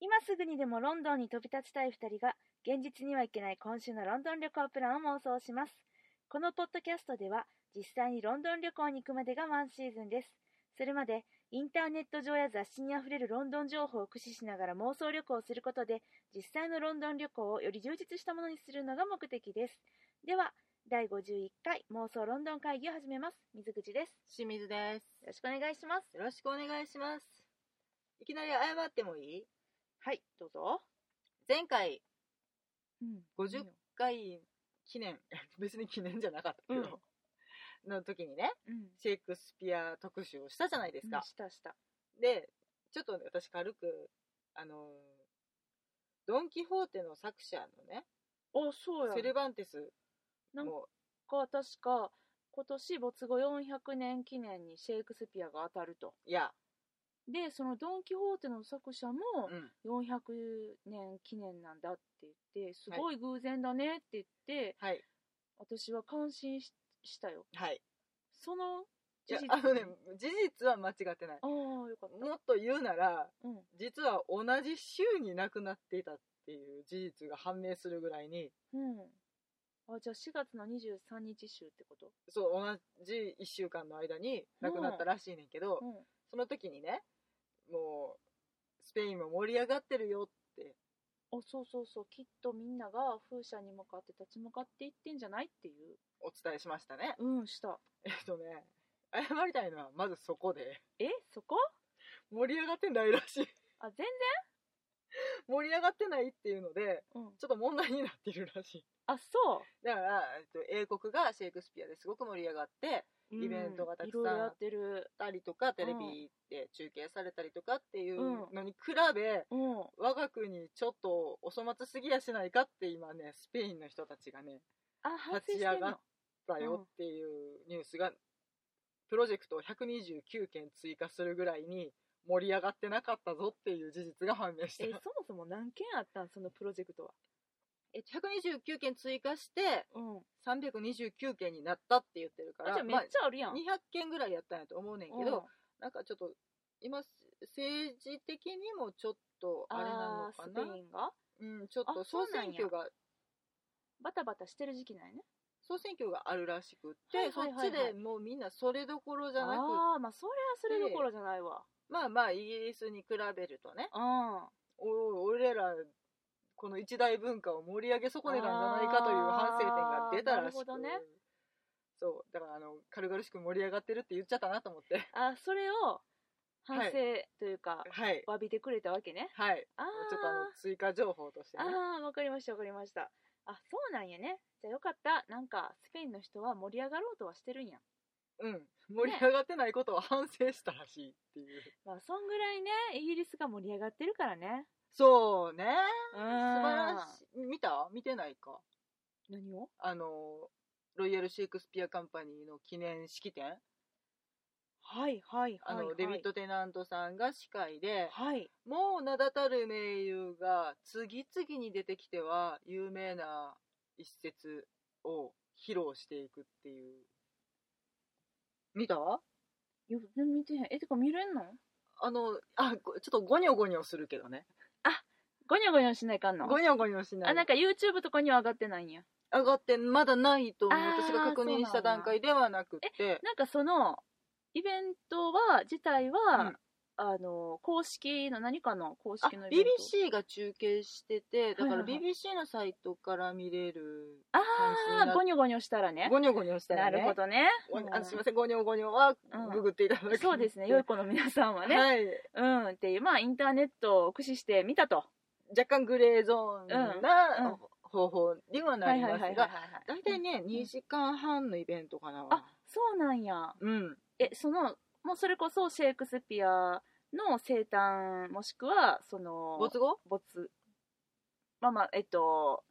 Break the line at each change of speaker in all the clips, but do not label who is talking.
今すぐにでもロンドンに飛び立ちたい2人が現実には行けない今週のロンドン旅行プランを妄想しますこのポッドキャストでは実際にロンドン旅行に行くまでがワンシーズンですそれまでインターネット上や雑誌にあふれるロンドン情報を駆使しながら妄想旅行をすることで実際のロンドン旅行をより充実したものにするのが目的ですでは第51回妄想ロンドン会議を始めます水口です
清水です。
よろしくお願いします
よろしくお願いします。いきなり謝ってもいい
はいどうぞ、
前回
うん、
50回記念、 別に記念じゃなかったけど、の時にね、
うん
シェイクスピア特集をしたじゃないです
うん
か。
したした
で、ちょっとね、私軽く、あのードン・キホーテの作者のね、
おそうや
セルバンテス
なん
も
か確か今年没後400年記念にシェイクスピアが当たると
いや、
でそのドン・キホーテの作者も
うん
400年記念なんだって言ってすごい偶然だねって言って、
はい、
私は感心ししたよ
はい。
その
いや
事実
あのね、事実は間違ってない。
ああよかった、
もっと言うなら、
うん、
実は同じ週に亡くなっていたっていう事実が判明するぐらいに
うんあじゃあ4月の23日週ってこと
そう同じ1週間の間に亡くなったらしいねんけど、
うん
その時にねもうスペインも盛り上がってるよって
あそうそうそうきっとみんなが風車に向かって立ち向かっていってんじゃないっていう
お伝えしましたね
うんした
えっとね謝りたいのはまずそこで
えそこ
盛り上がってないらしい
あ全然
盛り上がってないっていうので
うん
ちょっと問題になってるらしい
あそ
だから、えっと、英国がシェイクスピアですごく盛り上がって
う、
イベントがたくさん
いろいろやってる
ったりとかテレビで中継されたりとかっていう
うん
のに比べ、
うん
我が国ちょっとお粗末すぎやしないかって今ねスペインの人たちがね
あ反省
立
し
ち
て
上
ん
がっ
の
だよっていうニュースが、プロジェクトを129件追加するぐらいに盛り上がってなかったぞっていう事実が判明し
え
た
そもそも何件あったんそのプロジェクトは
え129件追加して
うん
329件になったって言ってるか
あじゃあ
ら
めっちゃあるやん、
まあ、200件ぐらいやったんやと思うねんけど、なんかちょっと今政治的にもちょっと
うん
あれな
あー
のか
ス
な
ペインが
うん、ちょっと
あそ
総
うなん
選
や
挙が
バタバタしてる時期なんやね
総選挙があるらしくって、
はいはいはいはい
そっちでもうみんなそれどころじゃなく
ああまあそれはそれどころじゃないわ
まあまあイギリスに比べるとね
うん
おお俺らこの一大文化を盛り上げ損ねたんじゃないかという反省点が出た
あーな
らし
るほど
く、
ね
そうだからあの軽々しく盛り上がってるって言っちゃったなと思って
あそれを反
は
省
い
というか、
はい
詫びてくれたわけね
はい
ああ
ちょっとあの追加情報としてね
ああわかりましたわかりましたあそうなんやねじゃあよかったなんかスペインの人は盛り上がろうとはしてるんや
うん、盛り上がってないことを反省したらしいっていう。
まあそんぐらいねイギリスが盛り上がってるからね
そうね。
素
素晴らしい。見た見てないか。
い何を
あの、ロイヤルシェイクスピアカンパニーの記念式典。
はいはい
あ
はい、
の、
はい、
デビッド・テナントさんが司会で、
はい
もう名だたる名優が次々に出てきては有名な一節を披露していくっていう。見た
いや全然見てへんえてか見れんの
あの、あ、ごちょっとゴニョゴニョするけどね。
ゴニョゴニョしないかんの
ゴニョゴニョしない。
あなんか YouTube とかには上がってないんや
上がってまだないと思う
あー
私が確認した段階ではなくて
なんかそのイベントは自体は、
うん
あの公式の何かの公
あ
式のイベント
BBC が中継しててだか
はい
ら
はいはい
BBC のサイトから見れる
あ
感じに
あ
な
ゴニョゴニョしたらね
ゴニョゴニョした
な
らね
るほどね
ゴニョあのすいま
う
せんゴニョゴニョは
うん
ググっていただ
ん
く
そう ですね良い子の皆さんはね、
はい
うんっていうまあインターネットを駆使して見たと
若干グレーゾーン
うんうん
な方法にはなります
はい
が大
う
体
ん
ね2時間半のイベントかな
あそうなんや
うん
えそのもうそれこそシェイクスピアの生誕もしくはその
没後
没まあまあえっと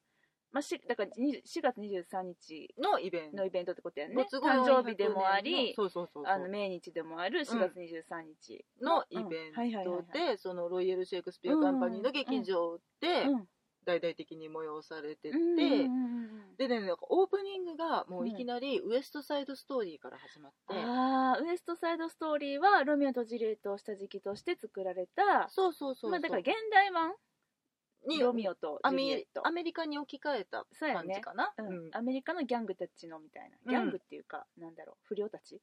まあしだからに4月23日
のイベント
のイベントってことやね
没後
誕生日で
400
もあり
年のそうそうそうそう
あの命日でもある4月23日
のイベ
うんはいはい
ン
はい
ト
はい
で、そのロイヤル・シェイクスピア・カンパニーの劇場で
うん
大々的に催されてて、
うんうんうんうん
でね、なんかオープニングがもういきなりウエストサイドストーリーから始まって、
あーウエスト・サイド・ストーリーはロミオとジュリエットを下敷きとして作られた
そうそうそうそう、
まあ、だから現代版
に
ロミオと
ア
ジュリエッ
メ
ト
アメリカに置き換えた
そうや
感
ね
じかな
うん
うん
アメリカのギャングたちのみたい
うん
なギャングっていうか、なんだろう不良たち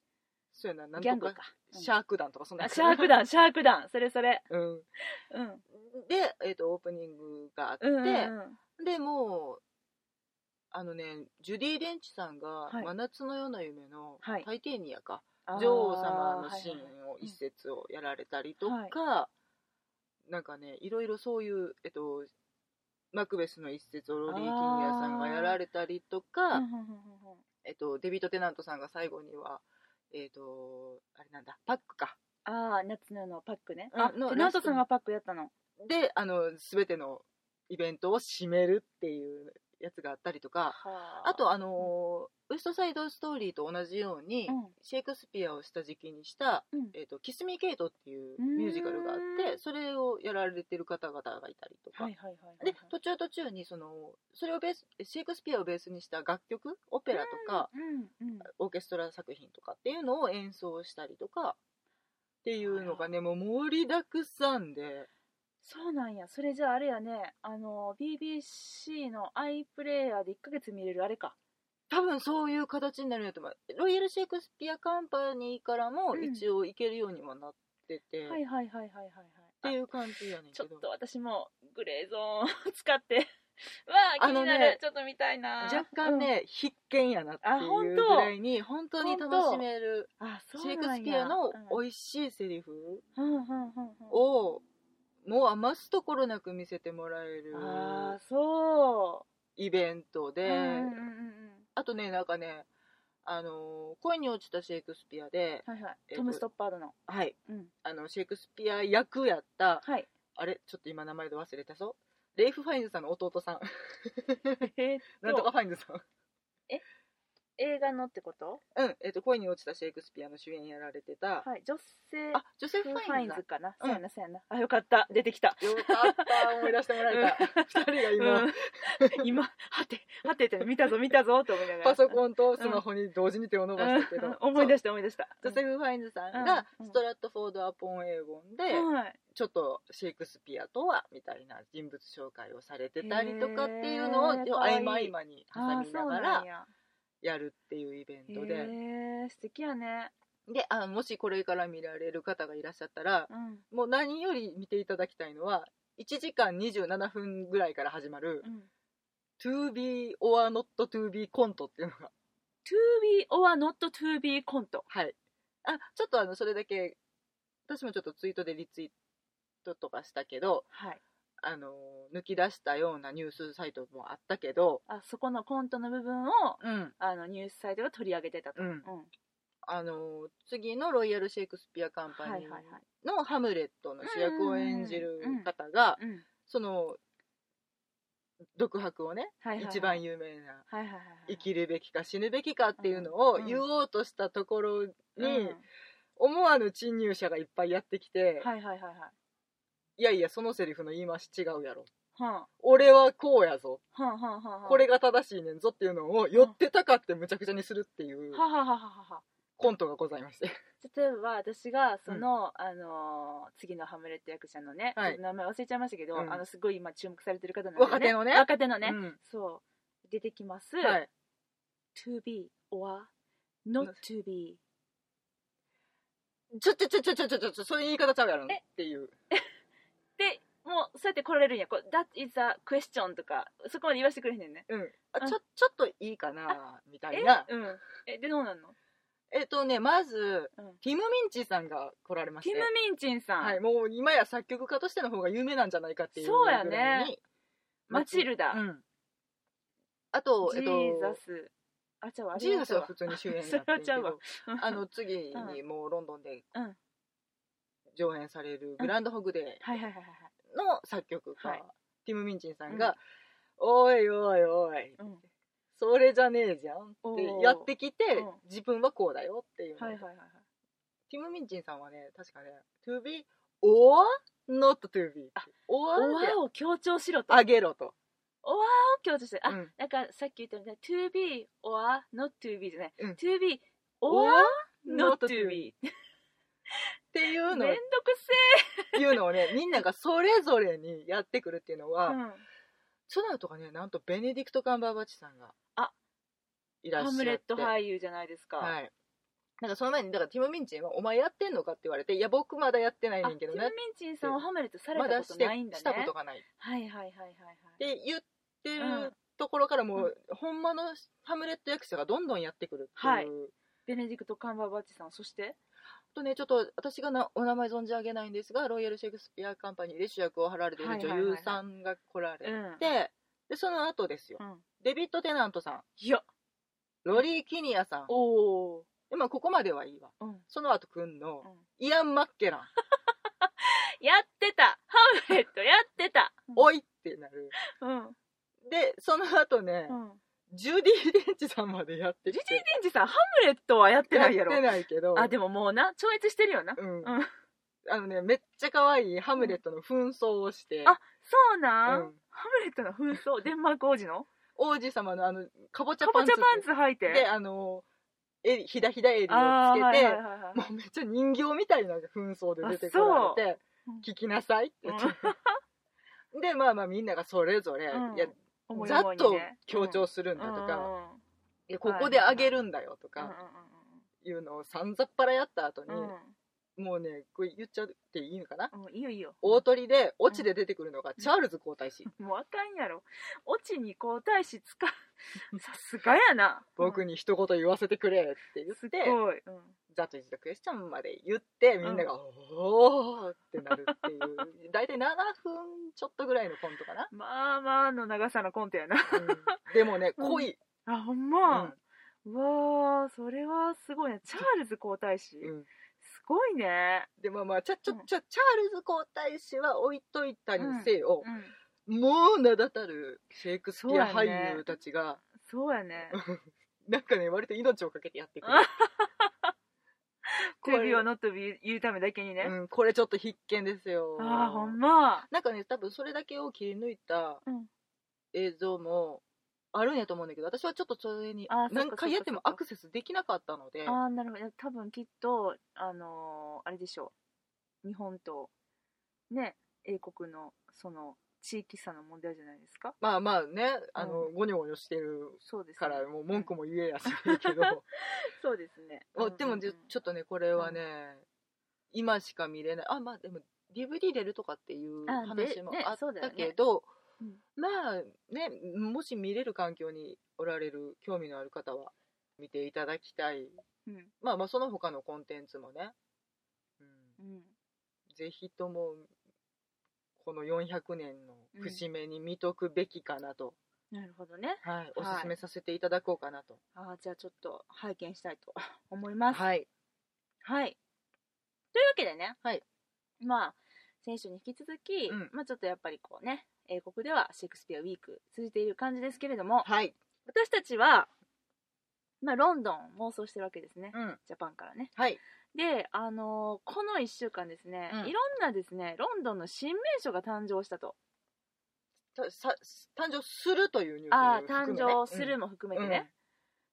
そうやななん
ギャン
と
グ
か
か、うん
シャーク団とかそんな
あ
やつ
シャーク 団シャーク団それそれ
うん
うん
で、えー、とオープニングがあって、
うんうんうん
でもうあのねジュディ・レンチさんが「
はい
真夏のような夢」の「
はい
タイテニアか」
あー
女王様のシー
はいはいはい
ンを一節をやられたりとか、
はい
なんかねいろいろそういう、えっと、マクベスの一節をロリー・キンヤさんがやられたりとか、
うんうんうんうんうん
えっと、デビッド・テナントさんが最後には、えっとあれなんだパックか
ああ夏ののパックね、
うん
あ
の
テナントさんがパックやったの
であの全てのイベントを締めるっていうやつがあったりとか。あ
あ
とあのーウエストサイドストーリーと同じように、
うん
シェイクスピアを下敷きにした
うん
「えー、とキス・ミー・ケイト」っていう
うーん
ミュージカルがあってそれをやられてる方々がいたりとか、
はいはいはいはい
で途中途中にそのそれをベースシェイクスピアをベースにした楽曲オペラとか、
うんうん
オーケストラ作品とかっていうのを演奏したりとかっていうのがねもう盛りだくさんで
そうなんやそれじゃああれやねあの BBC の iPlayer で1ヶ月見れるあれか
多分そういう形になるんやと思うロイヤル・シェイクスピア・カンパニーからも
うん
一応行けるようにはなってて。
はいはいはいはいはいはい
ってい
あ
う感じやねん
ち
け
ょっ
ど
と私もグレーゾーンを使 ってうわあ気にな
あの
る、
ね
ちょっと見たいな
若干ね、必見やなって
あほ
い
ん
う
と
ぐらいに本当に楽しめる
うんあそ
シェイ
う
ク
なんや
スピアの
い
美味しいセリフ
うんうんうんうんうん
をもう余すところなく見せてもらえる
あーそ
イベント
う、
で、
うんうんうんうん
あとねなんかねあのー恋に落ちたシェイクスピアで、
はいはい
えっと
トム・ストッパードの
はい、
うん
あのシェイクスピア役やった
はい
あれちょっと今名前で忘れたぞレイフ・ファインズさんの 弟さん
え
なんとかファインズさん
映画のってこと
うん、えっと、恋に落ちたシェイクスピアの主演やられてた、
はい女性
あ、ジョセフ・
フ
フ
ァ
ァイ
イ
ン
ン
ズ
ズかな、
うん
そうやなそうやなあよかった出てきた
だ。よかった、思い出してもらえた。二人 が今、
うん今はてはてって見たぞ見たぞと思いながら
パソコンとスマホに同時に手を伸ばしたけど
うん、思い出
し
した思い出した
ジョセフ・ファインズさんが、ストラットフォード・アポン・エーゴンで、
はい
ちょっとシェイクスピアとは、みたいな人物紹介をされてたりとかっていうのを、
へー
要
か
は
わいい
合間合間に挟
あ
み
そ
な
う
が
な
ら
んや
やるっていうイベント
へ
で、
え素敵やね
で、あもしこれから見られる方がいらっしゃったら、
うん
もう何より見ていただきたいのは1時間27分ぐらいから始まる
うん
To be or not to be コントっていうのが
To be or not to be コント
はいあちょっとあのそれだけ私もちょっとツイートでリツイートとかしたけど
はい
あの抜き出したようなニュースサイトもあったけど
あそこのコントの部分を
うん
あのニュースサイトが取り上げてたと、
うん
うん
あの次のロイヤル・シェイクスピア・カン
はい
パ
はい
ニー
はい
のハムレットの主役を演じる方が
うん
その独白をね
はいはいはい
一番有名な
はいはいはいはい
生きるべきか死ぬべきかっていうのを
うん
言おうとしたところに
うん
思わぬ侵入者がいっぱいやってきて、
はいはいはいはい
いやいやそのセリフの言い回し違うやろ
はん
俺はこうやぞ
はんはんはんはん
これが正しいねんぞっていうのを寄ってたかってむちゃくちゃにするっていう
はははははは
コントがございまして
例えば私がその、あのー次のハムレット役者のね、
は
ちょっ
い
と名前忘れちゃいましたけど、
うん
あのすごい今注目されてる方なんで、
若手のね
若手のね、
うん
そう出てきます、
はい、
to be or not to be
ちょちょちょちょちょちょちょちょそういう言い方ちゃうやろっていう
でもうそうやって来られるんやこう that is a question とかそこまで言わせてくれへんねんね
うんあ
うん
ちょちょっといいかなみた
え
いな
うんえでどうなんの
えっとねまず、
うん
ティム・ミンチさんが来られま
テ
し
ィ
て
ム・ミンチンさん、
はい、もう今や作曲家としての方が有名なんじゃないかっていう
そうやね
ぐらいに
マチルダ、
うん、あと、え
ジ
っと、
ーザスあちゃうわあれ
ジーザ
ち
スは
ゃうわ
普通に主演やっ
そ
て
れは
る
ち
け
ゃうわ
ど あの次にもうロンドンで
うん
上演される「グランドホグデ
はいはいはいはい
ー」の作曲家、
はい
ティム・ミンチンさん
う
が「おいおいおい
はい、うん
それじゃねえじゃん」って
おー
やってきて
うん
自分はこうだよっていうの、
はいはいは いはい
ティム・ミンチンさんはね確かね「To be or not to be」「
お
or」って
わを強調しろと
あげろと。
おわを強調してあ、
うん
なんかさっき言ったみたいに to be or not to be じゃない、
うん
to be
or
or not
not
to
to
be
っていうの
めんどく
いうのをねみんながそれぞれにやってくるっていうの
せ
は、
え、うん
その後がねなんとベネディクト・カンバーバッチさんが
あ
いらっし
ハ
ゃって
ムレット俳優じゃないですか、
はいなんかその前にだからティム・ミンチンは「お前やってんのか?」って言われて「いや僕まだやってない
あ
ねん
テ
け
ィ
ど
ム・ミ
ね
ンチンさんはハムレットされ
ま
た
だ
こ
し
と
て
ないんだね
したことがない」
はいはいはいはいはい
で言って
う
る
ん
ところからもう、
う
ほんまのハムレット役者がどんどんやってくるっていう、
はいベネディクト・カンバーバッチさんそして
あとねちょっと私がなお名前存じ上げないんですがロイヤル・シェイクスピア・カンパニーで主役を張られている
はいはい
女
はいはい
優さんが来られて、
うん
でその後ですよ、
うん
デビッド・テナントさん
いや
ロリー・キニアさん
おお、
でまあここまではいいわ
うんうん、
その後くんのイアン・マッケラ ン
やってたハムレットやってた
「おい!」ってなる
うん
でその後ね、
うん
ジュディ・デンチさんまでやってき
ジュ
て
ディ・デンジさんハムレットはやってないやろ
やってないけど
あでももうな超越してるよな
うん
ん
あのねめっちゃ可愛いハムレットの紛争をして、
あそうなん、
うん
ハムレットの紛争デンマーク王子の
王子様のあのかぼちゃ
か
パ
ぼ
ン
ち
ツ
ゃパンツ履いて
であのえひだひだ襟をつけて、
あーはいはいはいはい
もうめっちゃ人形みたいな紛争で出てこ
あ
られ
そ
て
う
「聞きなさい」って言って、でまあまあみんながそれぞれ、
うん
いや
思い
ざ
思
っ
いに
と
ね
強調する
うんん
だとか、
うんうんうん
いやここであげるんだよと
うんうん
かいうのをさんざっぱらやった後に、もうねこれ言っちゃっていいのかな、
うんうんうんいいよいいよ
大鳥でオチで出てくるのがチャールズ皇太子、
もうあかんやろオチに皇太子使う さすがやな
僕に一言言わせてくれって言
す
っ
ご
て
い、うん、
「ザ・トイズ・ザ・クエスチョン」まで言ってみんなが「おー!」ってなるっ ていう大体7分ちょっとぐらいのコントかな、
まあまあの長さのコントやな
うんでもね
うん
濃い、
あほん
うん
ま、うわーそれはすごいねチャールズ皇太子、
うん
すごいね、
でまあまあちょちょ
うん
ちょチャールズ皇太子は置いといたにせよ、
うん、
もう名だたるシェイクスピア
そうやね
俳優たちが、
そうや ね
なんかね割と命をかけてやってくるこれ
首をノットビ言うためだけにね、
うん、これちょっと必見ですよ
ああほんま
なんかね多分それだけを切り抜いた
うん
映像もあるんやと思うんだけど私はちょっとそれに
あーそっか
何回やっても
そっ
ア
か
クセスできなかったので
ああなるほど多分きっとあのーあれでしょう日本とね英国のその地域差の問題じゃないですか
まあまあねあの、ゴニョゴニョしてる
そうです
か
ね
らもう文句も言え やしないけど、
そうですね
おでもじゃちょ
っ
っとねこれはね、今しか見れないあまあでも DVD 出るとかっていう
あ
話も
でね
あっ
そうだよ
た
ね
けど、
うん
まあねもし見れる環境におられる興味のある方は見ていただきたい
と、うん
まあまあその他のコンテンツもね、うん、
うん
ぜひともこの400年の節目に見とくべきかなと、
なるほどね
はい、お
はい
すすめさせていただこうかなと
ああじゃあちょっと拝見したいと思いますはい、
はい
というわけでね、
はい、
まあ先週に引き続き、
うん
まあ、ちょっとやっぱりこうね英国ではシェイクスピアウィーク続いている感じですけれども、
はい、
私たちは、まあ、ロンドンを妄想してるわけですね、
うん、
ジャパンからね。
はい
で、あのーこの1週間ですね、
うん
いろんなですね、ロンドンの新名所が誕生したと。
たさ誕生するというニュース
あ
を
あ、誕
含むね
生す
うん
るも含めてね。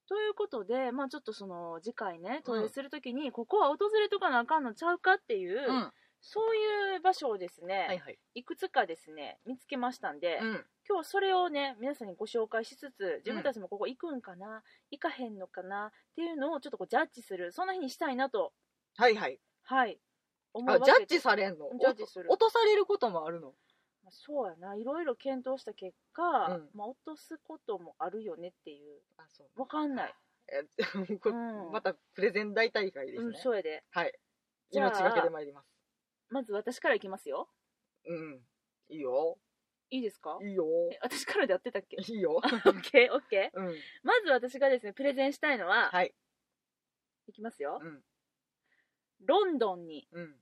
ということで、まあ、ちょっとその次回ね、投影するときに、ここは訪れとかなあかんのちゃうかっていう、
うん
そういう場所をですね、
はい
い、
はい、
くつかですね、見つけましたんで、
うん、
今日それをね皆さんにご紹介しつつ自分たちもここ行くんかな、行かへんのかなっていうのをちょっとこうジャッジするそんな日にしたいなと
はいはい
はい思
あ
うわ
ジャ
け
ッジされんの
ジャッジする
落とされることもあるの
まあそうやないろいろ検討した結果、
うん
まあ、落とすこともあるよねっていう
あそう
わかんない、
えこ
う
れ
ん、
またプレゼン大大会です
うん
ね、
そうやで
はい
じゃあ
命がけで参ります
まず私から行きますよ
うんいいよ
いいですか
いいよ
え私からでやってたっけ
い いよ
あオッケーオッケ
うん
ーまず私がですねプレゼンしたいのは、
はい
い、きますよ、
うん
ロンドンに
うん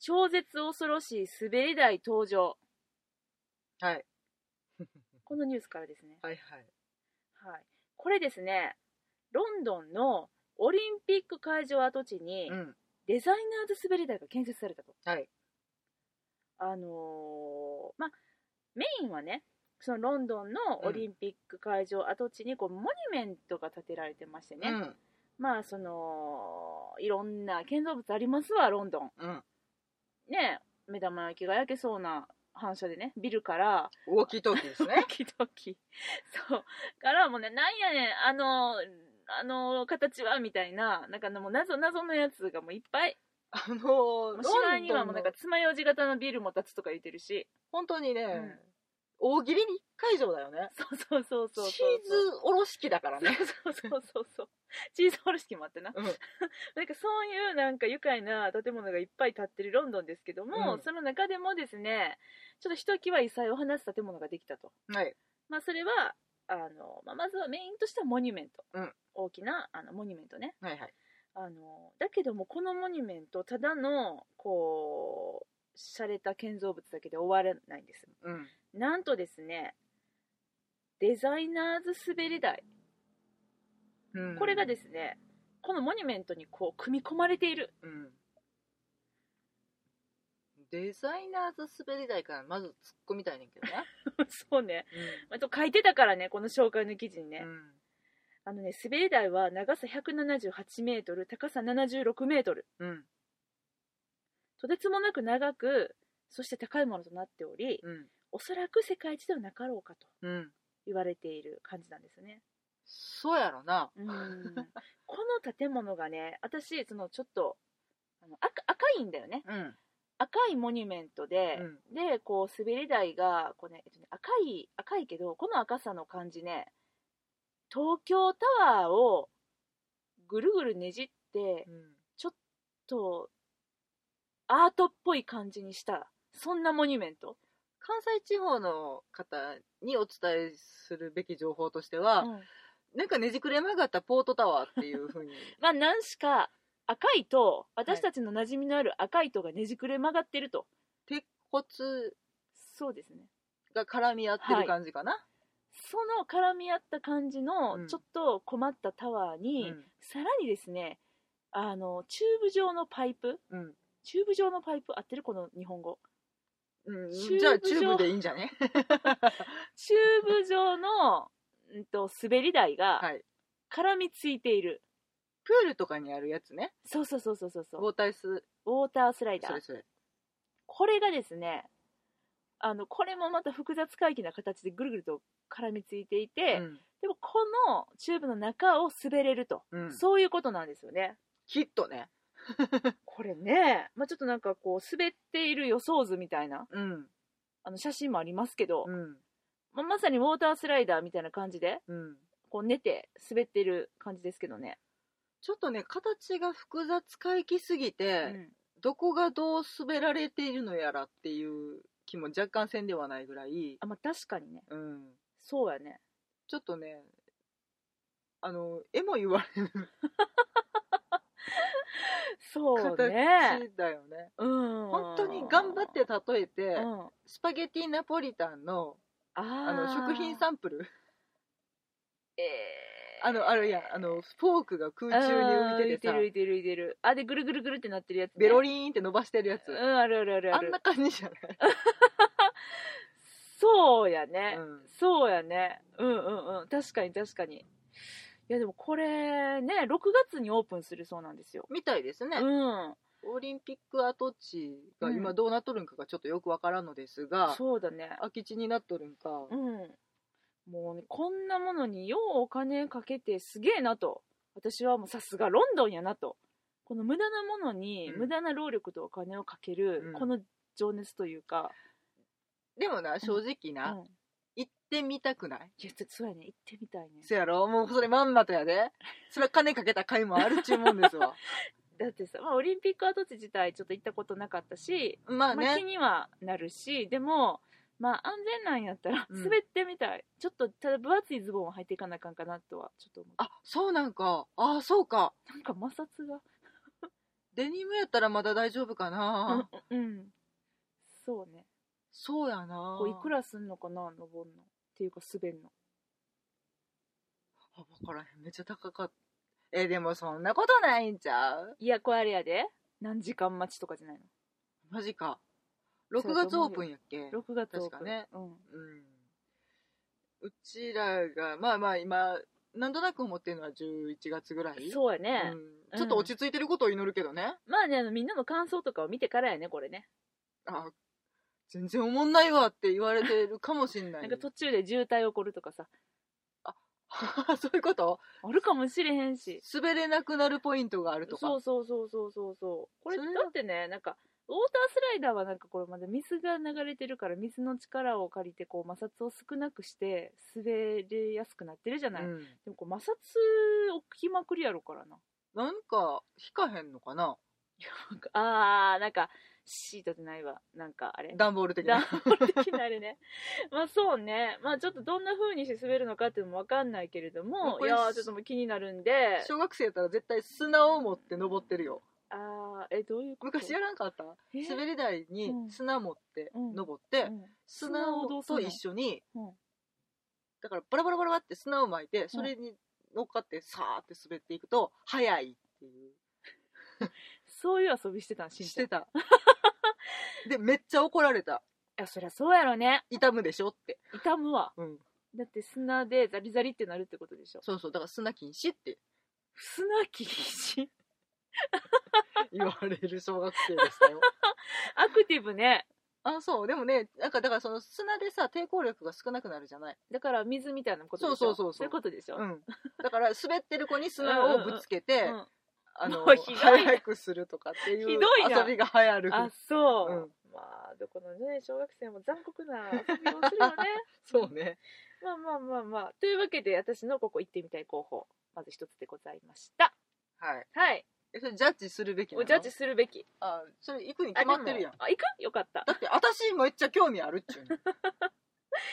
超絶恐ろしい滑り台登場
はい
このニュースからですね、
はいはい
はい、これですねロンドンのオリンピック会場跡地に
うん
デザイナーズ滑り台が建設されたと、
はい
あのーまあメインはねそのロンドンのオリンピック会場跡地にこうモニュメントが建てられてましてね、
うん
まあそのいろんな建造物ありますわロンドン
うん。
ねえ目玉焼きが焼けそうな反射でねビルから
ウォーキートーキーで
。
すね
時々そうからもうねなんやねんあのあの形はみたいななんかもう謎謎のやつがもういっぱい
あのー、ロ
も
ン
う市
ド
内
ン
にはもうなんか
の
爪楊枝型のビルも立つとか言ってるし
本当にね、
ん
大喜利に会場だよね。
そうそうそうそうそう
チーズおろし器だからね。
そうそうそうそうチーズホル式もあってな
うん。
なんかそういうなんか愉快な建物がいっぱい建ってるロンドンですけども、
うん
その中でもですねちょっとひときわ異彩を放つ建物ができたと、
はい。
まあ、それはあの、まあ、まずはメインとしてはモニュメント、
うん
大きなあのモニュメントね
はいはい。
あのだけどもこのモニュメントただのこう洒落た建造物だけで終わらないんです
うん。
なんとですねデザイナーズ滑り台
うん
これがですね、このモニュメントにこう組み込まれている
うんデザイナーズ滑り台からまず突っ込みたいねんけどね。
そうね、まあ、と書いてたからね、この紹介の記事にね、
うん
あのね滑り台は長さ178メートル、高さ76メートル、
うん
とてつもなく長く、そして高いものとなっており、
うん
おそらく世界一ではなかろうかと
うん
言われている感じなんですね。
そうやろな。
うんこの建物がね、私、そのちょっとあの赤赤いんだよね、
うん
赤いモニュメントで。
うん
でこう滑り台がこう、ねえっとね、赤い赤いけどこの赤さの感じね東京タワーをぐるぐるねじって
うん
とアートっぽい感じにしたそんなモニュメント、
関西地方の方にお伝えするべき情報としては、
うん
なんかねじくれ曲がったポートタワーっていう ふうに
まあ何しか赤いと私たちの馴染みのある赤いとがねじくれ曲がってると、
鉄骨
そうですね
が絡み合ってる感じかな。
その絡み合った感じ
うん
のちょっと困ったタワーに、さらにですねあのチューブ状のパイプ
うんうん
チューブ状のパイプ合ってるこの日本語
うん
チューブ状
じゃあチューブでいいんじゃね
チューブ状の、 うん、と滑り台
は
が
い。
絡みついている、
プールとかにあるやつね。
そうそうそうそうそうそう
ボータイス、
ウォータースライダ
そ
ー
れそれ。
これがですねあのこれもまた複雑回帰な形でぐるぐると絡みついていて、
うん
でもこのチューブの中を滑れると、
うん
そういうことなんですよね
きっとね。
これね、まあ、ちょっとなんかこう滑っている予想図みたいな
うん。
あの写真もありますけど、
うん。
まあ、まさにウォータースライダーみたいな感じで
うん。
こう寝て滑ってる感じですけどね、
ちょっとね、形が複雑回帰すぎて、
うん
どこがどう滑られているのやらっていう気も若干せんではないぐらい、
あまあ確かにね
うん。
そうやね
ちょっとね、あの、絵も言われる
そう
形
ね
だよね。
うん
本当に頑張って例えて、
うん、あ
スパゲティナポリタンのあ
あ
の食品サンプル、
えー
あの、あるやん、あの、フォークが空中に浮いててさ
あー、浮いてる浮いてる浮いてるあでぐるぐるぐるってなってるやつ、ね、
ベロリーンって伸ばしてるやつ。
うんあるあるある
あ
あ
ん
る
な感じじゃない
そうやね、
うん
そうやねうんうんうん確かに確かにいやでもこれね6月にオープンするそうなんですよ、
みたいですね。
うん
オリンピック跡地が
う
今
ん
どうなっとるんかがちょっとよくわからんのですが、
そうだね
空き地になっとるんか、
うん、もうねこんなものにようお金かけてすげえなと私はもうさすがロンドンやなとこの無駄なものに
うん
無駄な労力とお金をかけ
う
る
ん
この情熱というか、
でもな正直な、
うん
行ってみたくない
いやちょそうやね行ってみたいね
せやろもうそれまんまとや でそれは金かけた甲斐もあるっちゅうもんですわ
だってさ、まあ、オリンピック跡地自体ちょっと行ったことなかったし、
まあ
まあ、気
ね、
にはなるしでもまあ安全なんやったら
うん
滑ってみたい、ちょっとただ分厚いズボンを履いていかなあかんかなとはちょっと思う
あそうなんかああそうか
なんか摩擦が
デニムやったらまだ大丈夫かな、
うん、うん、そうね
そうやな
こういくらすんのかな登んのっていうか滑んの
あ分からへんめっちゃ高かったえでもそんなことないんちゃう
いやこれあれやで何時間待ちとかじゃない
マジか
そう
6月オープンやっけ
の6月オープン
確かね
うん
うんうちらがまあまあ今なんとなく思ってるのは11月ぐらい
そうやね、
うんちょっと落ち着いてることを祈るけどね、
まあねあのみんなの感想とかを見てからやねこれね
あ全然おもんないわって言われてるかもしんな
ないんか途中で渋滞起こるとかさ
そういうこと
あるかもしれへんし
滑れなくなるポイントがあるとか
そうそうそうそうそうそうこれだ
それは
ってねなんかウォータースライダーはなんかこれまで水が流れてるから水の力を借りてこう摩擦を少なくして滑りやすくなってるじゃない、
うん
でもこう摩擦起きまくりやろからな
なんか引かへんのかな
なんかあーなんかシートじゃないわなんかあれ
段ボール的
ダン
な
ボール的なあれね まあそうねまあちょっとどんな風にして滑るのかっていうのもわかんないけれど
まあ
も
こ
い
れ
やーちょっともう気になるんで
小学生やったら絶対砂を持って登ってるよ
あーえどういうこと
昔やらんかった
えー
滑り台に
うん
砂持って
うん
登って、
うん
砂
砂をど
を
うすんの
と一緒に、
うん
だからバラバラバラバラって砂を巻いてそれに乗っかってさーって滑っていくと速いっていう
そういう遊びしてたんしん
し
ちゃん
てた でめっちゃ怒られた
いやそりゃそうやろね
痛むでしょって、
痛むわ
うん、
だって砂でザリザリってなるってことでしょ
そうそうだから砂禁止って
砂禁止
言われる小学生でし たよ
アクティブね
あそうでもねなんかだからその砂でさ抵抗力が少なくなるじゃない、
だから水みたいなことでしょ
そうそうそうそう
そういうことでしょ、
うん、だから滑ってる子に砂をぶつけて、
うん
あの
もう ひどいな
速くするとかってい
ひ
う
どいな
遊びが流行る
あそう、
うん
まあどこのね小学生も残酷な遊びをす るよね
そうね
まあまあまあまあというわけで私のここ行ってみたい候補まず一つでございました
はい
はい
えそれジャッジするべきな
お
の
ジャッジするべき
あそれ行くに
あ
決まってるやん
でもあ行くよかった
だって私めっちゃ興味あるっちゅうの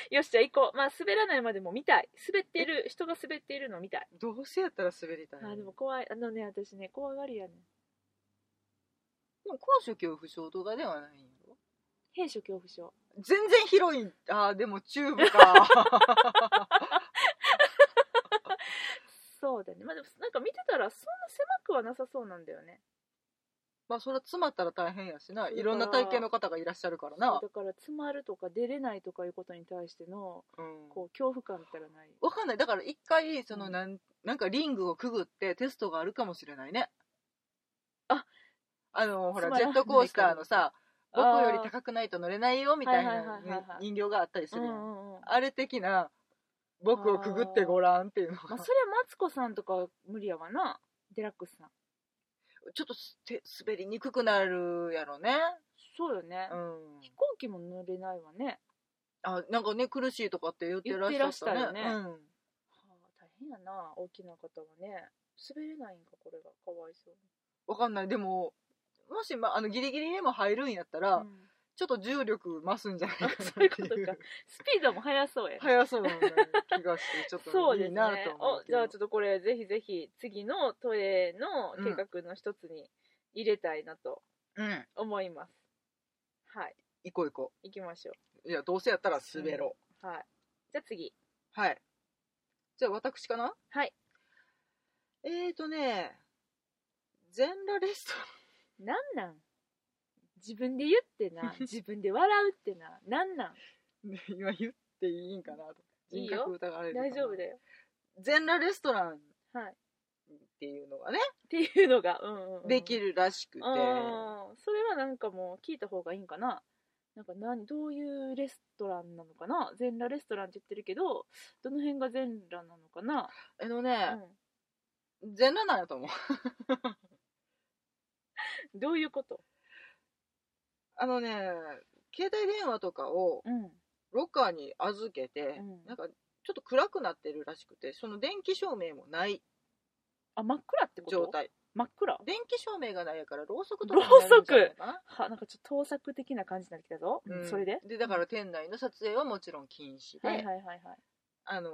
よしじゃあ行こうまあ滑らないまでも見たい滑っている人が滑っているの見たい
どうせやったら滑りたい
あ
の
ー
に
でも怖いあのね私ね怖がりやね
でも高所恐怖症とかではないんやろ
兵所恐怖症
全然広いあーでもチューブ か
そうだねまあでもなんか見てたらそんな狭くはなさそうなんだよね
まあそれは詰まったら大変やしな
そうだ
いろんな体型の方がいらっしゃるからな
だから詰まるとか出れないとかいうことに対しての
うん
こう恐怖感ったらない
わかんないだから一回そうの
ん
なんなんかリングをくぐってテストがあるかもしれないね
あ
あのほら
つま
ジ
らない
ェッ
けど
トコースターのさ
あ
僕
ー
より高くないと乗れないよみた
は
い
いはいは
ない
はいはい
人形があったりす
うんう
るやん
んうん
あれ的な僕をくぐってごらんっていうの
まあ、
が
それはマツコさんとかは無理やわなデラックスさん
ちょっとすて滑りにくくなるやろね
そうよね、
うん
飛行機も乗れないわね、
あなんかね苦しいとかって言ってらっしゃった
言っ
ね
てらしたよ
うん
はあ、大変やな大きな方はね滑れないんかこれがかわいそう
わかんないでももし、ま、あのギリギリでも入るんやった
に、
ら、
うん
ちょっと重力増すんじゃないかなって い
あそういうこと
う
かスピードも速そうやね
速そうな気がしてちょっ
そ
と
うで
い
す
い
ね
なと思う
お
け
じ
ど
ゃあちょっとこれぜひぜひ次の都営の計画の一つに入れたいなと
うん
思います、はい
行こう行こ
行きましょ
ういやどうせやったら滑ろ
うはいじゃあ次
う、はいじゃあ私かな
はい
えーとね全裸レスト
なんなん自分で言ってな 自分で笑うってななんなん
ランね今言っていいんかなと
いい
人
よ
格疑われるかな
大丈夫だよ
全裸レストランっ
はい
ていうのがね、
っていうのが、うんうんうん、
できるらしくて
あーそれはなんかもう聞いた方がいいんかななんか何どういうレストランなのかな全裸レストランって言ってるけどどの辺が全裸なのかな、
あの
う
ね、
ん
全裸なんやと思う
どういうこと、
あのね携帯電話とかを
うんうん
ロッカーに預けて、なんかちょっと暗くなってるらしくてその電気照明もない
あ真っ暗ってこと
状態
真っ暗
電気照明がないからろうそくと
ろうそく
かになるんじゃないかな
はなんかちょっと盗作的な感じになってきたぞ、
うん
それで
でだから店内の撮影はもちろん禁止で、
はいはいはいはい、
あのー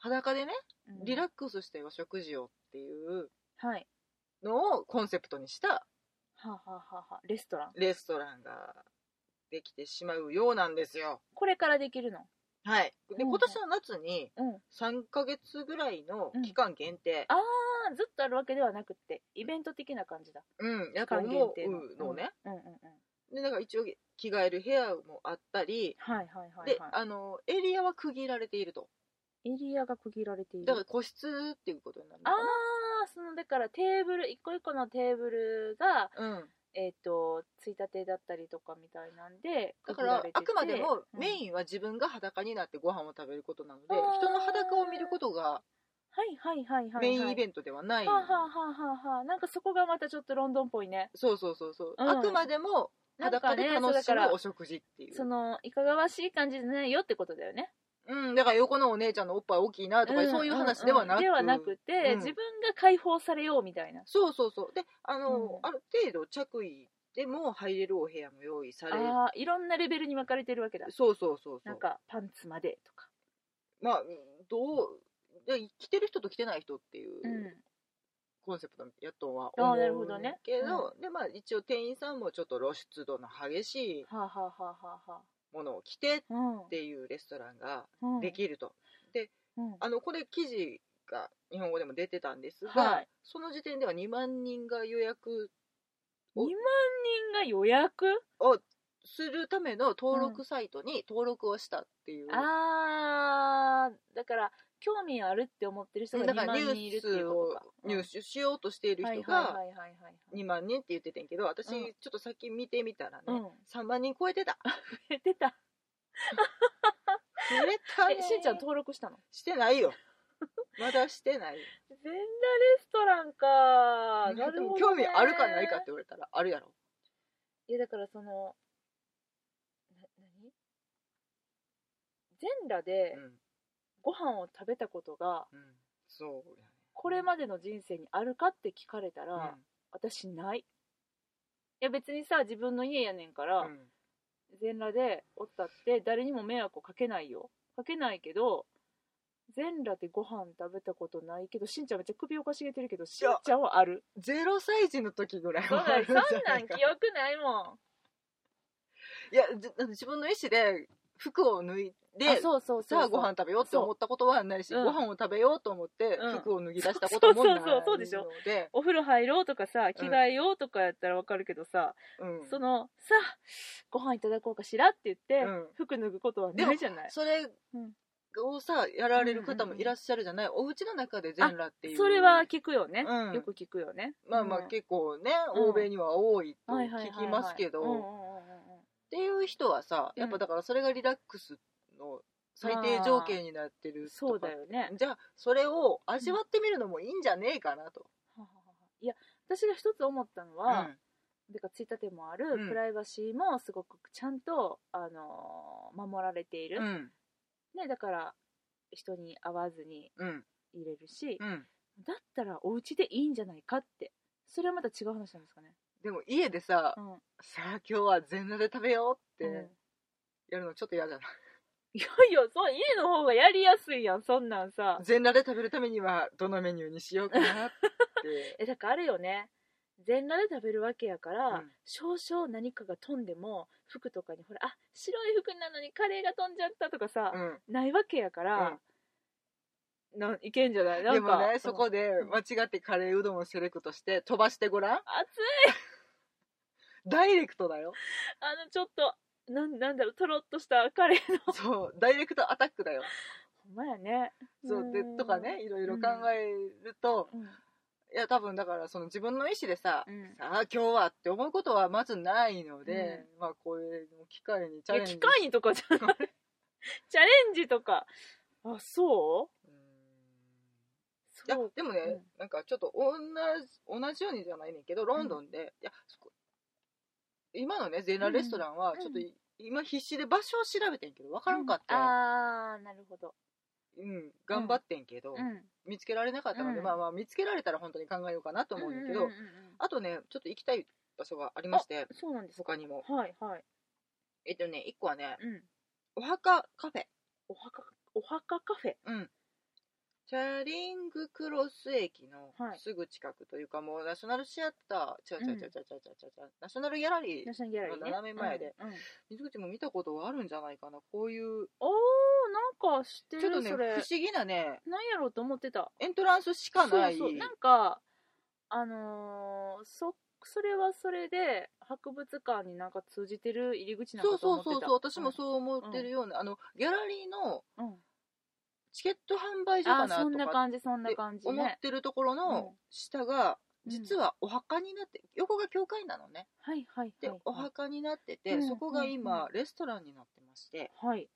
裸でね
うん
リラックスしてお食事をっていう
はい
のをコンセプトにした
はあ、はあはあはあ、レストラン
レストランができてしまうようなんですよ
これからできるの
はいで
うん
今年の夏に
うん
3ヶ月ぐらいの期間限定
あ、あずっとあるわけではなくってイベント的な感じだ
うん
期
やっぱ
間限
思
定の
うのね、
うんうんうんうん
でなんか一応着替える部屋もあったり、
はいはいはいはい
であのエリアは区切られていると
エリアが区切られている
だから個室っていうことになるの
あ
か
あそのだからテーブル一個一個のテーブルが
なうん
えっ、とついたてだったりとかみたいなんで
だから
区切れてて
あくまでも
うん
メインは自分が裸になってご飯を食べることなので、
あー
人の裸を見ることが
はいはいはいはいはい、
メインイベ
ン
ントではない、
はあ、はあはあはあ、なんかそこがまたちょっとロンドンっぽいね
そうそうそうそう、
うん
あくまでも
なん
裸
か
で
ね
楽し
そうだか
む
ら
お食事っていう
そのいかがわしい感じでないよってことだよね
うん、だから横のお姉ちゃんのおっぱい大きいなとか、
ん
そういう話ではなく、
うんではなくて、
うん
自分が解放されようみたいな
そうそうそうであの、
うん
ある程度着衣でも入れるお部屋も用意される
あーいろんなレベルに分かれてるわけだ
そうそうそうそう
なんかパンツまでとか、
まあどうで着てる人と着てない人っていう、
うん、
コンセプトやとは
あ
思
ー
う
なるほどね
けど、でまあ、一応店員さんもちょっと露出度の激しい
はあ、はあはあはあは
ものを着てっ
あ、うん
ていうレストランが
うん
できると、
うん
あのこれ記事が日本語でも出てたんですが、
はい
その時点では2万人が予約
2万人が予約
をするための登録サイトに登録をしたっていう、
あーだから興味あるって思ってる人が
だ
2
から
万
ニュ
人いるっ
ー
て
ス
いうこ
を
とか
入手しようとしている人
はい
が
はいはいはいはいはい
2万人って言ってたんやけど私
うん
ちょっとさっき見てみたらね、
うん
3万人超えてた
え出た
増えたね
えしんちゃん登録したの
してないよまだしてない
全裸レストランかな
で
る
も
ほど、ね、
興味あるかないかって言われたらあるやろ
いやだからそのな何全裸で
うん、
ご飯を食べたことが
うん、そうやね
これまでの人生にあるかって聞かれたら、私ないいや別にさ自分の家やねんから、
うんうん
全裸でおったって誰にも迷惑をかけないよかけないけど全裸でご飯食べたことないけどしんちゃんめっちゃ首をかしげてるけどしんちゃんはある
ゼロ歳児の時ぐらい
そん
はあ
な
る
ん
ん
そ
じ
ん
ゃ
ないん記
か
憶ないもん
いやじあの自分の意思で服を脱い
あ
で
そうそうそう
さあご飯食べようって思ったことはないし、
そう
ご飯を食べようと思って
うん
服を脱ぎ出したこともないので、
そうそうそうそうでしょお風呂入ろうとかさ着替えようとかやったらわかるけどさ、
うん
そのさあご飯いただこうかしらって言って、
うん
服脱ぐことはないじゃない
それ
うん
をさやられる方もいらっしゃるじゃない、お家の中で全裸っていう
それは聞くよね、
うん
よく聞くよね
まあまあ
うん
結構ね、
うん
欧米には多いと
はいはいはいはい
聞きますけ
うんうんうんう
どっ
ん
ていう人はさやっぱだからそれがリラックスの最低条件になって
うん
る
そ
と
う
か
だよね
じゃあそれを味わってみるのもいいんじゃねえかなと、
いや私が一つ思ったのは、だからツイッターでもある、
うん
プライバシーもすごくちゃんと、あのー守られている、
うんうん
ね、だから人に会わずに
うん
入れるし、
うん
だったらお家でいいんじゃないかってそれはまた違う話なんですかね、
でも家でさ、
うん
さあ今日は全裸で食べようっ
うん
てやるのちょっと嫌じゃない、
いやいやそう家の方がやりやすいやんそんなんさ
全裸で食べるためにはどのメニューにしようかなって
えだからあるよね全裸で食べるわけやから、
うん
少々何かが飛んでも服とかにほらあ白い服なのにカレーが飛んじゃったとかさ、
うん
ないわけやから、ないけんじゃないなんか
でもね
うん
そこで間違ってカレーうどんをセレクトして飛ばしてごらん
熱い
ダイレクト だよ
あのちょっとなんなんだろうとろっとしたカレーの
そうダイレクトアタックだよ
ほんまやね
そうで
ん
とかねいろいろ考えると、
うん
いや多分だからその自分の意思でさ、
うん
さあ今日はって思うことはまずないので、まあこれの機会にチャ
いや
レンジ
機械とかじ ゃないチャレンジとかあそう
うんいや
そう
でもね、
うん
なんかちょっと同じ同じようにじゃないねんけどロンドンで、いやそこ今のねゼラレストランは
ん
ちょっとい、今必死で場所を調べてんけど分からんかったよ、
あーなるほど
うん、頑張ってんけど、
うん
見つけられなかったので、
うん
まあまあ見つけられたら本当に考えようかなと思うんだけ
ん
ど、
うんうん
あとねちょっと行きたい場所がありまして
そうなんですか
他にも
はいはい
えっとね1個はね
うん
お墓カフェ
お墓お墓カフェ
うんチャリングクロス駅の
はい
すぐ近くというか、もうナショナルシアター違う違う違う違う違う違う違う、ナショナルギャラリー
ナショナルギャラリーね
斜め前で、
うんうん
水口も見たことはあるんじゃないかなこういう
おーなんか知ってる
ちょっとね
そ
不
れ
思議なね
なんやろうと思ってた
エントランスしかない
そうそうなんかあのーそそれはそれで博物館になんか通じてる入り口なん
そ
かと
うそ
思
う
ってた
そうそう私もそう思ってるような、あのギャラリーの
うん、うん
チケット販売所
あ
か
あ
な
そ
と
んな
か
感じそんな感じ
思っ
ね
てるところの
うん
下が、実はお墓になって横が教会なのね
うんはいはい
で、
はい
お墓になってて、
うん
そこが
うん
今
う
レストランになってまして
はい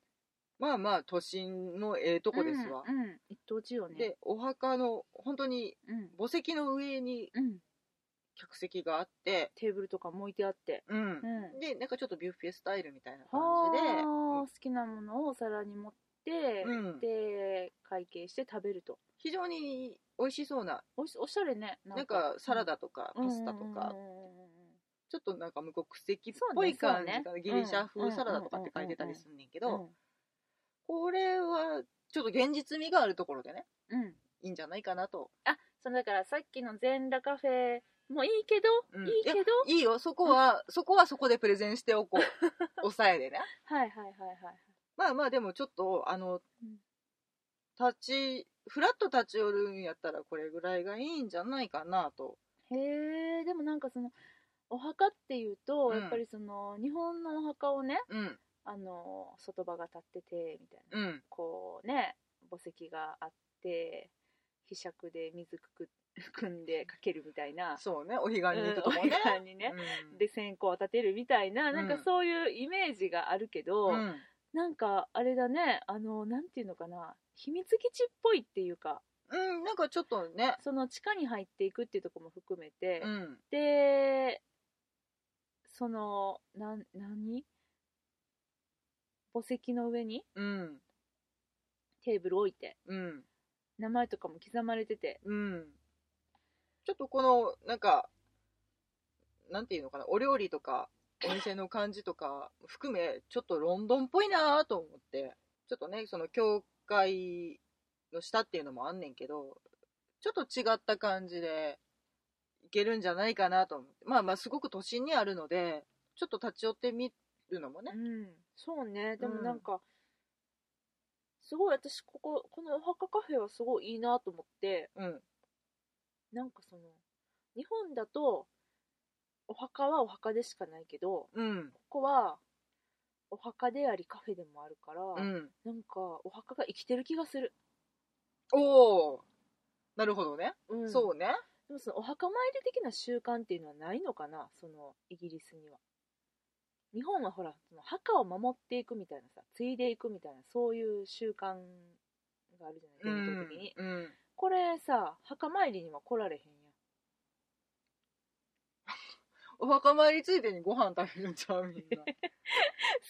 まあまあ都心のええとこですわ、
うんうん一等地よね
でお墓の本当に
うん
墓石の上に
うん
客席があって、
テーブルとかも置いてあって
うん
うん
でなんかちょっとビュッフェスタイルみたいな感じで
はあ好きなものをお皿に持って
うん
で会計して食べると
非常に美味しそうな
おしおしゃれね
なんかサラダとか
うん
パスタとか
うんうんうんうん
ちょっとなんか無国籍っぽい
そう
感
ねそ
じ
う
が
ね
ギリシャ風サラダとかって書いてたりすんねんけどこれはちょっと現実味があるところでね
うんうん
いいんじゃないかなと
あそのだからさっきの全裸カフェもいいけど、
うん
いいけど
いいよそこはそこはそこでプレゼンして おこう抑えでね
はいはいはいはい
まあまあでもちょっとあの
うん
立ちフラット立ち寄るんやったらこれぐらいがいいんじゃないかなと
へえでもなんかそのお墓っていうと、
うん
やっぱりその日本のお墓をね
うん
あの外場が立っててみたいな
うん
こうね墓石があってひしゃくで水くく汲ん でかけるみたいな
そうねお
う
彼岸に行
ん
くとこね
お彼岸にね、
うん
で線香を立てるみたいな、なん
う
か
ん
そういうイメージがあるけど、
うん
なんかあれだねあのなんていうのかな秘密基地っぽいっていうか
うんなんかちょっとね
その地下に入っていくっていうところも含めて、
うん
でそのなん何墓石の上に
うん
テーブル置いて
うん
名前とかも刻まれてて
うんちょっとこのなんかなんていうのかなお料理とかお店の感じとか含めちょっとロンドンっぽいなと思ってちょっとねその教会の下っていうのもあんねんけどちょっと違った感じでいけるんじゃないかなと思ってまあまあすごく都心にあるのでちょっと立ち寄ってみるのもね
うん、そうねでもなんか、すごい私こここのお墓カフェはすごいいいなと思って
うん
なんかその日本だとお墓はお墓でしかないけど
うん
ここはお墓でありカフェでもあるから、
うん
なんかお墓が生きてる気がする、
おおなるほどね、
うん、
そうね
でもそのお墓参り的な習慣っていうのはないのかなそのイギリスには日本はほらその墓を守っていくみたいなさ継いでいくみたいなそういう習慣があるじゃない伝統的に、
うんうん
これさ墓参りには来られへんや
お墓参りついでにご飯食べるんちゃうみん な。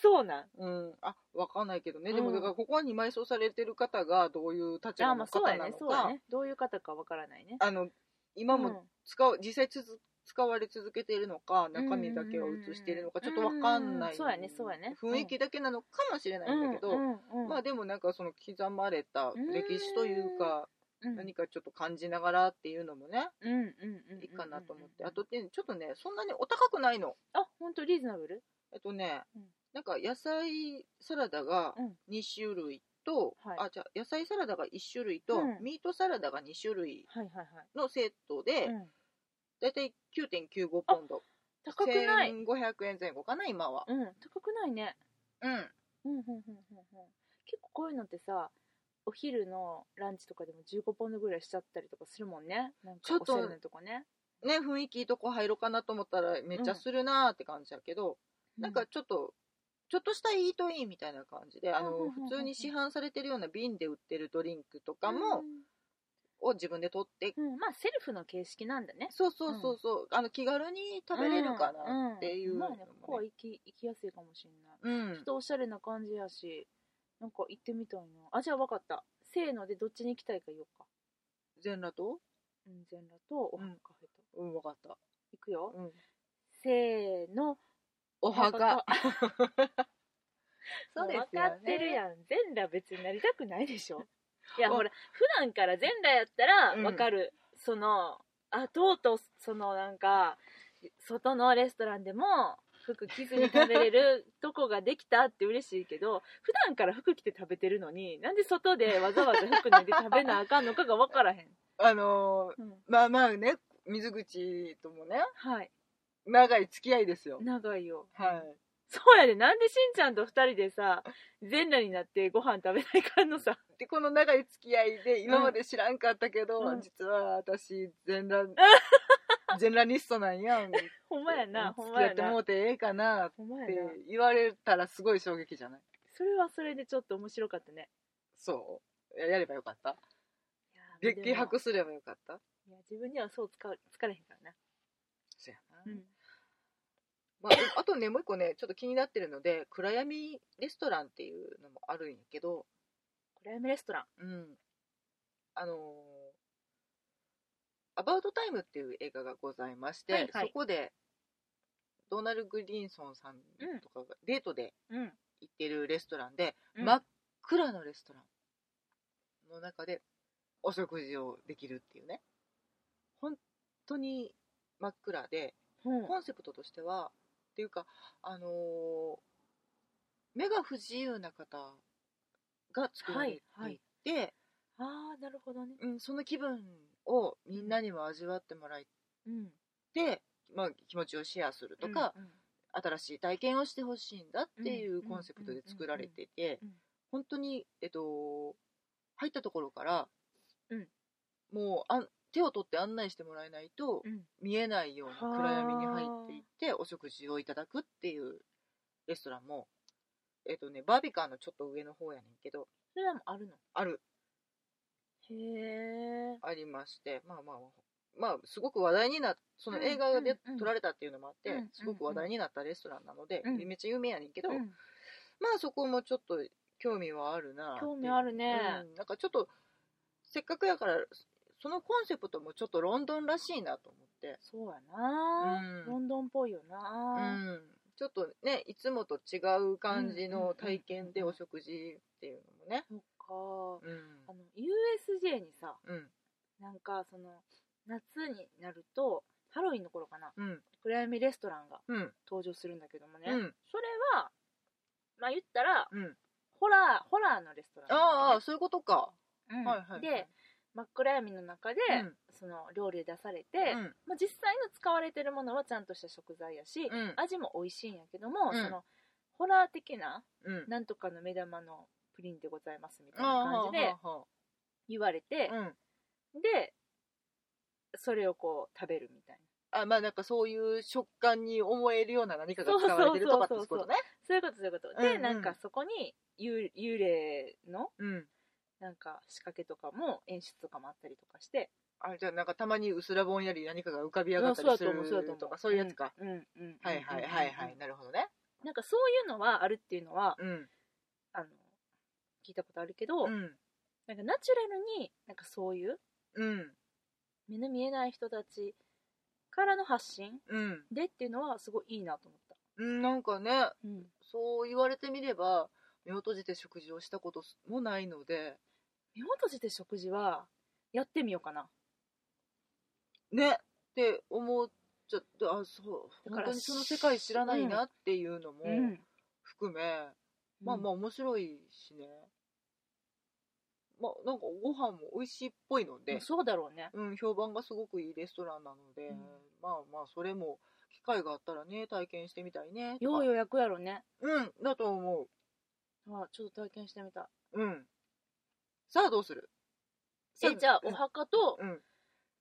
そうなん
うん。あ、わかんないけどね。で
う
も、
ん
だからここに埋葬されてる方がどういう立
あ
場
まあ
の
そう
方
や
な
ね
の
そうや
か、
ねどういう方かわからないね
あの、今
うん
も使う、実際つづ使われ続けているのか、中身だけを映しているのか、
うん
ちょっとわかんない。
うんそうやねそうやね
雰囲気だけなのかもしれないんだけど、
うんうんうん
まあでもなんかその刻まれた歴史というか、
うん
何かちょっと感じながらっていうのもね、
うんうんうんうん
いいかなと思っ
う
て。
ん
あとね、ちょっとね、そんなにお高くないの。
あ本当リーズナブル
えっとね、
うん
なんか野菜サラダが
うん
2種類と、
はい
あじゃあ野菜サラダが1種類と、
うん
ミートサラダが2種類
はいはいはい
のセットで、
うん
だいたい9.95ポンド
高くない
1500円前後かな今は
うん高くないね
うん、
うんうんうんうんうん結構こういうのってさお昼のランチとかでも15ポンドぐらいしちゃったりとかするもんねなん
ち
か
ょっ
おし
と
ゃれなとこね
ね雰囲気いいとこ入ろうかなと思ったらめっちゃするなーって感じやけど、なんかちょっとちょっとしたイートインみたいな感じで、あ
うんうんう
の
んうん
普通に市販されてるような瓶で売ってるドリンクとか
うん
も、を自分で取って
うんうんまあセルフの形式なんだね
そうそうそうそう、あの気軽に食べれるか
うん
なっていう
うん
の
ま
も
あ
ね
ねここは行き行きやすいかもしれない、
うん
ちょっとおしゃれな感じやしなんか行ってみたいなあじゃあ分かったせーのでどっちに行きたいか言おうか
全裸と
うん全裸とお
う
墓
ん
カフェと、
うん分かった、
行くよ
うん、
せーの
お墓
分かってるやん全裸別になりたくないでしょいや
お
ほら普段から全裸やったら
うん
分かる、そのあとうとうそのなんか外のレストランでも服着ずに食べれるとこができたって嬉しいけど普段から服着て食べてるのになんで外でわざわざ服脱いで食べなあかんのかが分からへん、
あの
うん
ーまあまあね水口ともね
はい
長い付き合いですよ
長いよ
はい
そうやで、なんでしんちゃんと二人でさ、全裸になってご飯食べないかんのさ。
でこの長い付き合いで今まで知らんかったけど、
うん
実は私全 裸全裸リストなんやん
ほんまやな、
付
ほん
き
ま
合
や
って
な。
もうてええかなっ
ほんま
て
やな。
言われたらすごい衝撃じゃない
それはそれでちょっと面白かったね。
そうややればよかった
いや
激白すればよかった
いや、自分にはそうつか疲れへんからな。
そうやな、
うん。
まあ、あとねもう一個ねちょっと気になってるので暗闇レストランっていうのもあるんやけど、
暗闇レストラン。
うん、あのーアバウトタイム」っていう映画がございまして、
はいはい
そこでドナルド・グリーンソンさんとかがデートで
うん。
行ってるレストランで、
うん
真っ暗なレストランの中でお食事をできるっていうね本当に真っ暗で
うん
コンセプトとしてはっていうかあのー目が不自由な方が作られていて、
はいああ、なるほどね。
うん、その気分をみんなにも味わってもらっ
うん。
て、まあ、気持ちをシェアするとか、
うんうん
新しい体験をしてほしいんだっていううんコンセプトで作られて
う
て
んうんうん
本当に、えっと、入ったところから、
うん
もうあん手を取って案内してもらえないと
うん
見えないよう
は
な
あ
暗闇に入っていってお食事をいただくっていうレストランも、えっとね、バービカーのちょっと上の方やねんけど
それらもあるの
ある
へえ。
ありまして、まあまあまあ、まあ、すごく話題になっその映画
うん
で
うんうん
撮られたっていうのもあって、
うんうんうん
すごく話題になったレストランなので、
うん
めっちゃ有名やねんけど、
うん
まあそこもちょっと興味はあるなっていう
興味あるね。
うん、なんかちょっとせっかくやからそのコンセプトもちょっとロンドンらしいなと思って、
そうやな、
うん
ロンドンっぽいよ
う
な、
ん、ちょっとねいつもと違う感じの体験でお食事っていうのもね、
そっか
うん
あの USJ にさ
うん
なんかその夏になるとハロウィンの頃かな
うん
暗闇レストランが
うん
登場するんだけどもね、
うん
それはまあ言ったら
うん
ホラーホラーのレストラン
ああ
な
そういうことか、
んだよね、うん
はいはいはい
で真っ暗闇の中で、
うん
その料理出されて、
うん
まあ、実際の使われてるものはちゃんとした食材やし、
うん
味も美味しいんやけども、
うん
そのホラー的な
うん
なんとかの目玉のプリンでございますみたいな感じで
あーは
言われて
あはあ、はあうん
でそれをこう食べるみたいな
あまあなんかそういう食感に思えるような何かが使われてるとかって
そうそうそうそう
ことね。
そういうことそういうこと、
うんう
で
ん
なんかそこに幽幽霊の
うん。
なんか仕掛けとかも演出とかもあったりとかして
あじゃあなんかたまにうすらぼんやり何かが浮かび上がったりする
うんそうやと思う
と
やと思
かそういうやつか。
うんうんうん
はいはいはいは
う
い。
ん
なるほどね。
なんかそういうのはあるっていうのは、
うん。
あの聞いたことあるけど、
うん。
なんかナチュラルになんかそういう
うん。
目の見えない人たちからの発信
うん
でっていうのはすごいいいなと思った、
うん。なんかね、
うん、
そう言われてみれば、目を閉じて食事をしたこともないので、
目を閉じて食事はやってみようかな
ねって思っちゃって、あ、そう、
だか
本
ら
当にその世界知らないなっていうのも
うん
含め、まあまあ面白いしね。まあなんかご飯も美味しいっぽいの
うん
で、
そうだろうね
うん、評判がすごくいいレストランなので、
うん
まあまあそれも機会があったらね、体験してみたいね。と
よ
か
う予約やろね
うん、だと思。
あちょっと体験してみたいう
うん。さあどうするさ
えじゃあ
う
お
ん
墓と
うん。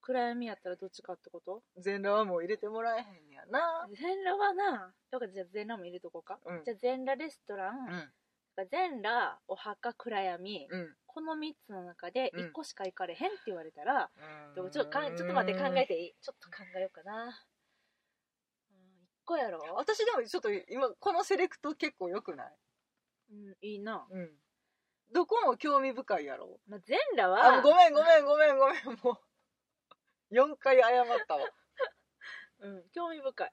暗闇やったらどっちかってこと
全裸はもう入れてもらえへんねやな。
全裸はなよかったじゃあ全裸も入れとこうか、
うん
じゃあ全裸レストラン、全裸お墓暗闇、
うん。うん。
この3つの中で
うん
1個しか行かれへんって言われたら、でもちょっとかんちょっと待って考え。ていいちょっと考えようかな、うん、1個やろ、
私でもちょっと今、このセレクト結構良くない
うん、いいな、
うん。どこも興味深いやろ
まあ、全裸
あ、
は
ごめんごめんごめんごめん、もう。4回謝ったわ。
うん、興味深い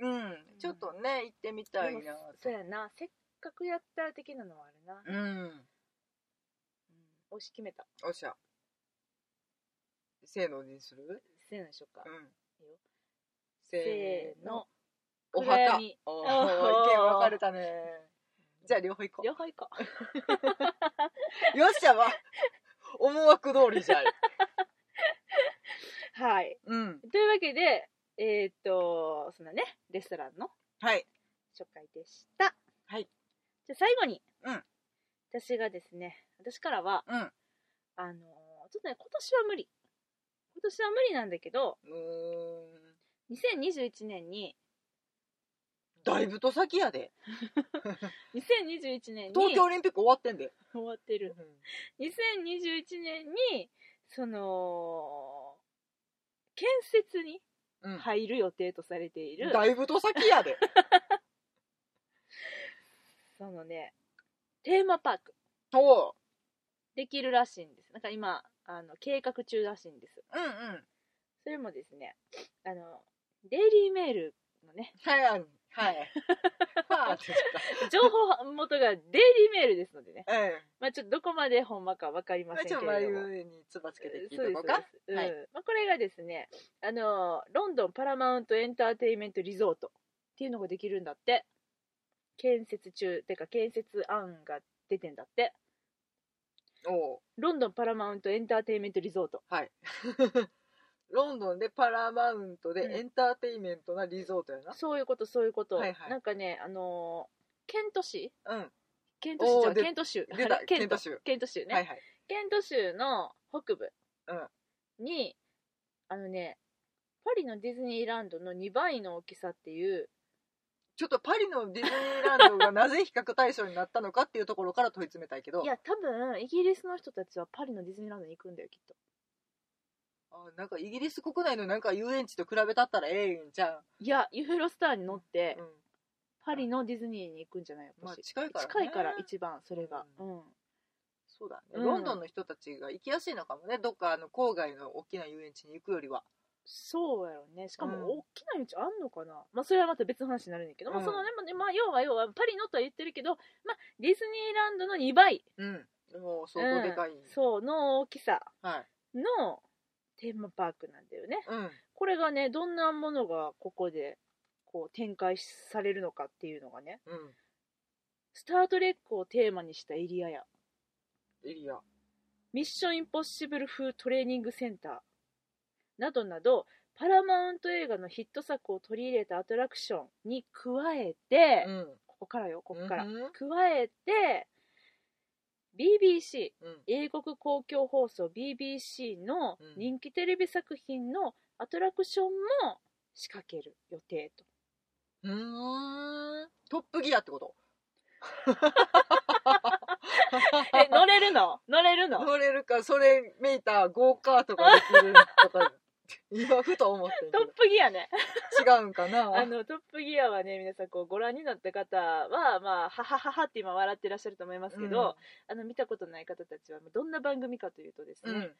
うん。ちょっとね、行ってみたい
で
な
もそうやなせっかくやったら的なのはあるな、うん、
うん。
押し決めた
おっしゃ。せーのにする
せーのでしょうか、
うん。
せーの。
お
暗
墓。
闇
おー、
お
意
ー
見分かれたね。じゃあ両方行こ
両方行こう
う。よっしゃわ。思惑通りじゃい。
はい
うん。
というわけでえーっとそんなねレストランの
はい。
初回でした。
はい。
じゃあ最後に、
うん
私がですね、私からは、
うん。う
あのーちょっとね、今年は無理。今年は無理なんだけど、
ーん。
2021年に、
だいぶと先やで。
2021年に、
東京オリンピック終わってんで。
終わってる。2021年に、その、建設に
うん。
入る予定とされている、
だいぶと先や で。
そのね、テーマパーク、
と、
できるらしいんです。なんか今、あの、計画中らしいんです。
うんうん。
それもですね、あの、デイリーメールのね、
はい、 はい。はぁ、って
情報元がデイリーメールですのでね、
言った。うん。
まあちょっとどこまでほんまかわかりま
まあ
せんけ
ちょ
れ
っ
ども。
と眉につばつけて聞い
そう
と
で
こ
す
うか。
そうです
はい
うんまあ、これがですねあのロンドンパラマウントエンターテインメントリゾートっていうのができるんだって建設中てか建設案が出てんだって
おう
ロンドンパラマウントエンターテインメントリゾート
はい。 ロンドンでパラマウント
うん
でエンターテインメントなリゾートや
そういうことそういうこと、
はいはい
なんかねあのケント市
な。うん。
ケント市じゃ
お
ん
ーで
ケント州
出た
あれ ケント
ケント州
ケント州ね、
はいはい。
ケント州の北部に、あのねパリのディズニーランドの2倍の大きさっていう
ちょっとパリのディズニーランドがなぜ比較対象になったのかっていうところから問い詰めたいけど
い、や多分イギリスの人たちはパリのディズニーランドに行くんだよきっと
あなんかイギリス国内のなんか遊園地と比べたったらええんじゃん。
いやユーロスターに乗って、
うん。
パリのディズニーに行くんじゃない私、
まあ近いからね
近いから一番それがう、
うんそうだ
うん
ね。ロンドンの人たちが行きやすいのかもね。どっかあの郊外の大きな遊園地に行くよりは。
そうやろねしか
うん
も大きな道あんのかな、まあそれはまた別の話になるんだけど、ま
う
あ
ん
そのね、まあねまあ、要は要はパリのとは言ってるけど、まあ、ディズニーランドの2倍
うん。もう相当でかい。
そうの大きさ
はい。
のテーマパークなんだよね
うん。
これがねどんなものがここでこう展開されるのかっていうのがね
う
「スター・トレック」をテーマにしたエリアや
ん。エリア。
ミッションインポッシブル風トレーニングセンターなどなどパラマウント映画のヒット作を取り入れたアトラクションに加えて、
うん。
ここからよここから、
うん。
加えて BBC
うん
英国公共放送 BBC の
うん
人気テレビ作品のアトラクションも仕掛ける予定と
うーんトップギアってこと
え乗れるの乗れるの
乗れるかそれめいたゴーカートができると か今ふと思ってん
トップギアね
けど違うんかな
あのトップギアはね皆さんこうご覧になった方はまあははははって今笑ってらっしゃると思いますけど、あの見たことない方たちはどんな番組かというとです
うん、
ね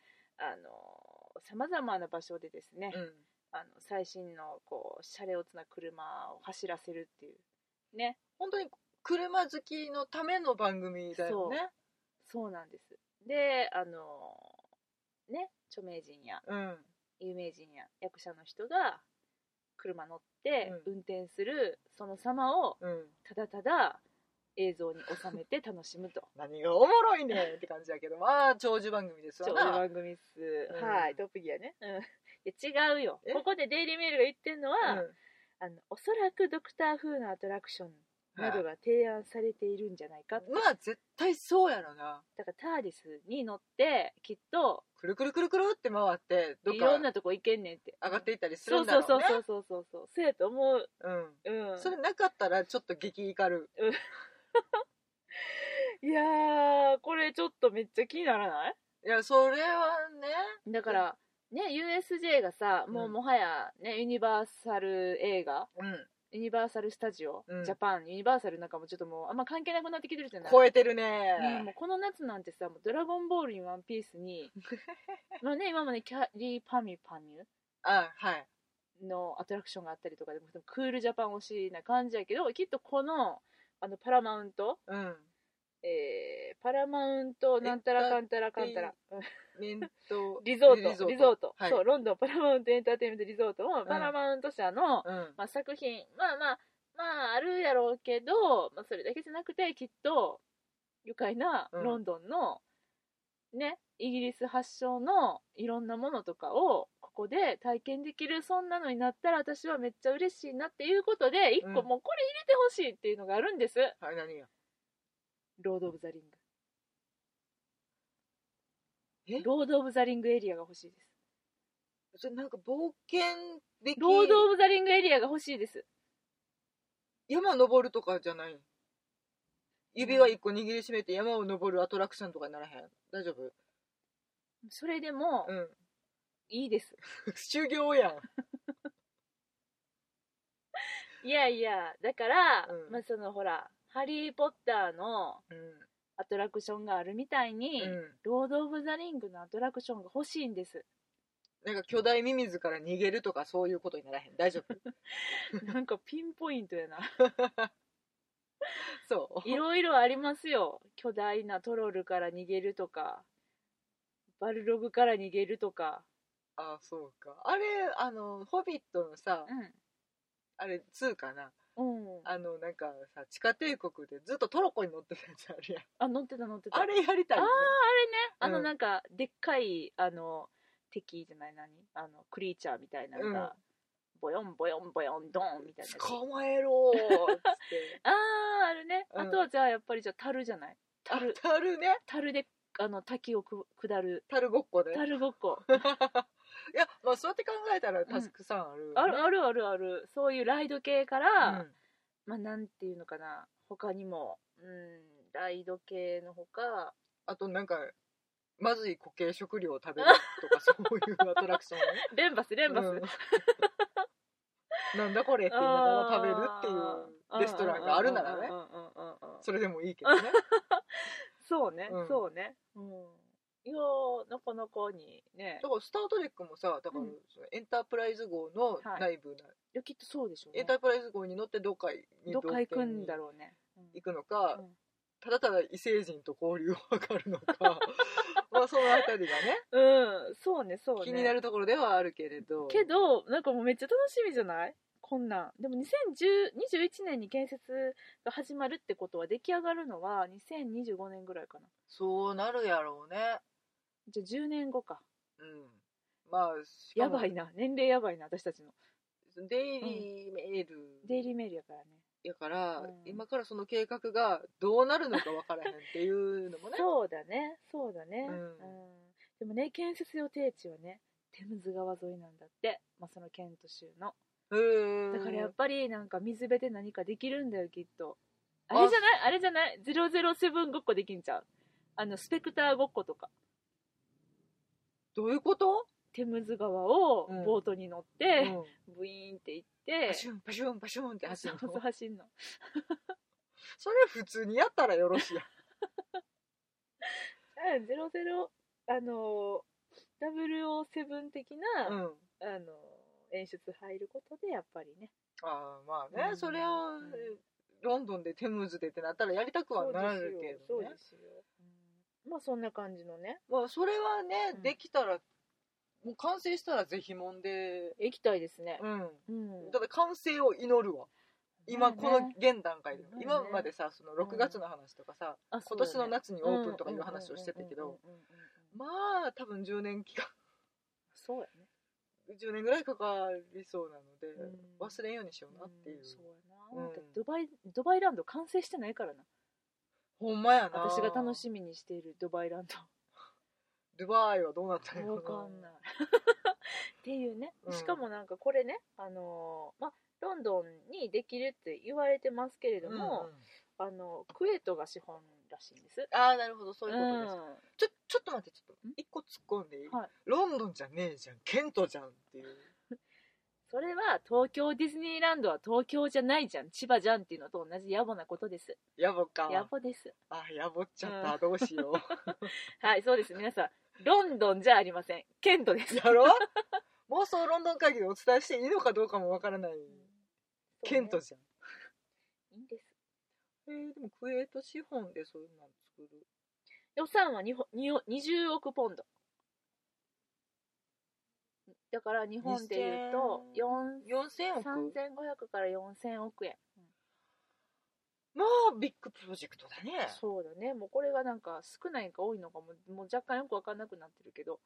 さまざまな場所でですね、
うん
あの最新のこう車両をつな車を走らせるっていうね
本当に車好きのための番組だよね
そうなんですであのね著名人や
うんうん
有名人や役者の人が車乗って
う
運転するその様をただただ映像に収 めて楽しむと
何がおもろいねんって感じだけどまあ長寿番組です
そう
わ
いう
な
番組っす、
うん
はいトップギアね、うん、いや違うよ
え
ここでデイリーメールが言ってるのは、あのおそらくドクター風のアトラクション
うん
などが提案されているんじゃないかって
まあ絶対そうやろな
だからターディスに乗ってきっと
くるくるくるくるって回ってどっ
いろん
か
なとこ行けんねんって
上がっていったりする
そうん
だろ
そうう
ね
そうそうそうそうそうそうやと思う
うん
うん
それなかったらちょっと激怒る
いやーこれちょっとめっちゃ気にならない
いやそれはね
だからね USJ がさもううんもはやねユニバーサル映画
う
ユニバーサル・スタジオ、
うん
ジャパンユニバーサルなんかもちょっともうあんま関係なくなってきてるじゃ
ん
ない
超えてる
ねえ
ね
もうこの夏なんてさ「もうドラゴンボール」に「ワンピース にまあね今までキャリーパミュパミ
あはい
ュのアトラクションがあったりとかでもでもクールジャパン推しな感じやけどきっとこのあのパラマウント
うん
えーパラマウントなんたらかんたらかんたら
面倒
リゾートリゾート、
はい
そうロンドンパラマウントエンターテインメントリゾートも
ん
パラマウント社の、
うん
まあ、作品まあまあまああるやろうけど、まあ、それだけじゃなくてきっと愉快な
うん
ロンドンの、ねイギリス発祥のいろんなものとかをこで体験できるそんなのになったら私はめっちゃ嬉しいなっていうことで一個
うん
もうこれ入れてほしいっていうのがあるんです、
はい、何や。
ロード・オブ・ザ・リン
え
グロード・オブ・ザ・リングエリアが欲しいです
それなんか冒険でき
ロード・オブ・ザ・リングエリアが欲しいです
山登るとかじゃない指輪一個握りしめて山を登るアトラクションとかにならへん大丈夫
それでも
うん
いいです
修行やん
いやいやだから、
うん
まあそのほら「ハリー・ポッター」の
う
アトラクションがあるみたいに、
ん、
ロード・オブ・ザ・リングのアトラクションが欲しいんです
なんか巨大ミミズから逃げるとかそういうことにならへん大丈夫
なんかピンポイントやな
そう
いろいろありますよ巨大なトロルから逃げるとかバルログから逃げるとか
あそうかあれあの「ホビット」のさあれ2かな
うん、うん、あ
あのなんかさ地下帝国でずっとトロコに乗ってるやつあるやん
乗ってた乗ってた
あれやりたいよね
あ
う
の
ん
なんかでっかいあの敵じゃない何あのクリーチャーみたいなのが、
うん
ボヨンボヨンボヨンドーンみたいなやつ
捕まえろーっつって
あああるね、
うん
あとはじゃあやっぱりじ ゃあ樽じゃない
あ
樽
樽ね
樽であの滝をく下る
樽ごっこで
樽ごっこ
いや、まあ、そうやって考えたら、たくさんある、
あるあるあるあるそういうライド系から、
うん
まあなんていうのかな他にもうんライド系のほか
あと、なんか、まずい固形食料を食べるとか、そういうアトラクショ ンね。
レンバスレンバス、
うん なんだこれって言いながら食べるっていうレストランがあるならね
うんうんうんうんうんうん
それでもいいけど ね
そうね、
うん
そうね、うん、いやーなかなかにね
だからスター・トレックもさだから
うん
そのエンタープライズ号の内部な、
いやきっとそうでしょう
エ
ね
ンタープライズ号に乗ってどっかに
どっか行くんだ
ろ
ろうね、うん
行くのか、
うん
ただただ異星人と交流を図るのか まあそのあたりがね
うん、そうねそうね
気になるところではあるけれど
けどなんかもうめっちゃ楽しみじゃないこんなんでも2021年に建設が始まるってことは出来上がるのは2025年ぐらいかな
そうなるやろうね
じゃあ10年後か
うんまあしか
や
も
ばいな年齢やばいな私たちの
デイリーメール
デイリーメールやからね
やから、
うん
今からその計画がどうなるのかわからへんっていうのもね
そうだねそうだね、
うん
でもね建設予定地はねテムズ川沿いなんだって、まあ、そのケント州の
うーん
だからやっぱりなんか水辺で何かできるんだよきっとあ
あ
れじゃないあれじゃない007ごっこできんちゃうあのスペクターごっことか
どういうこと、
テムズ川を
うん
ボートに乗っ
う
て、
ん、
ブイーンって行って
パシュンパシュンパシュンって走
そ
る
う
の
そう走んの
それ普通にやったらよろしいやん
うん00あのー007的な、
うん
あのー演出入ることでやっぱりね
あーまあね、
うん
それを
ん
ロンドンでテムズでってなったらやりたくはなるけ
そ
ど
う
ね
ですようんまあそんな感じのね
まあそれはね、
うん
できたらもう完成したらぜひもんで
行きたいですね
うん
うん
ただ完成を祈るわ今この現段階で、
うん
今までさその6月の話とかさ、今年の夏にオープンとかいう話をしてたけどまあ多分10年 期間
そうやね
10年ぐらいかかりそうなので、
うん
忘れんようにしようなっていう、
そうやな、
う
だ
ん
ってドバイドバイランド完成してないからな
ほんまやな
私が楽しみにしているドバイラン
ドバイはどうなった
ド
の
わか んないっていうね、
うん
しかもなんかこれねあのーまあロンドンにできるって言われてますけれど
うんうん
も、あのクエートが資本らしいんです
ああなるほどそういうことです、
ん
ちょちょっと待ってちょっと
ん
一個突っ込んでいい、
はい
ロンドンじゃねえじゃんケントじゃんっていう
それは東京ディズニーランドは東京じゃないじゃん千葉じゃんっていうのと同じ野暮なことです
やぼか
野暮です
あやぼっちゃった、どうしよう
はいそうです皆さんロンドンじゃありませんケントです
やろ妄想ロンドン会議でお伝えしていいのかどうかもわからない、 ケント
そ
じゃん
うねいいんです
えーでもクエート資本でそんなん作る
予算は日本に20億ポンドだから日本でいうと
2000 4000
4 3500
億
から4000億円、
まあビッグプロジェクトだね
そうだねもうこれがなんか少ないか多いのかももう若干よく分かんなくなってるけど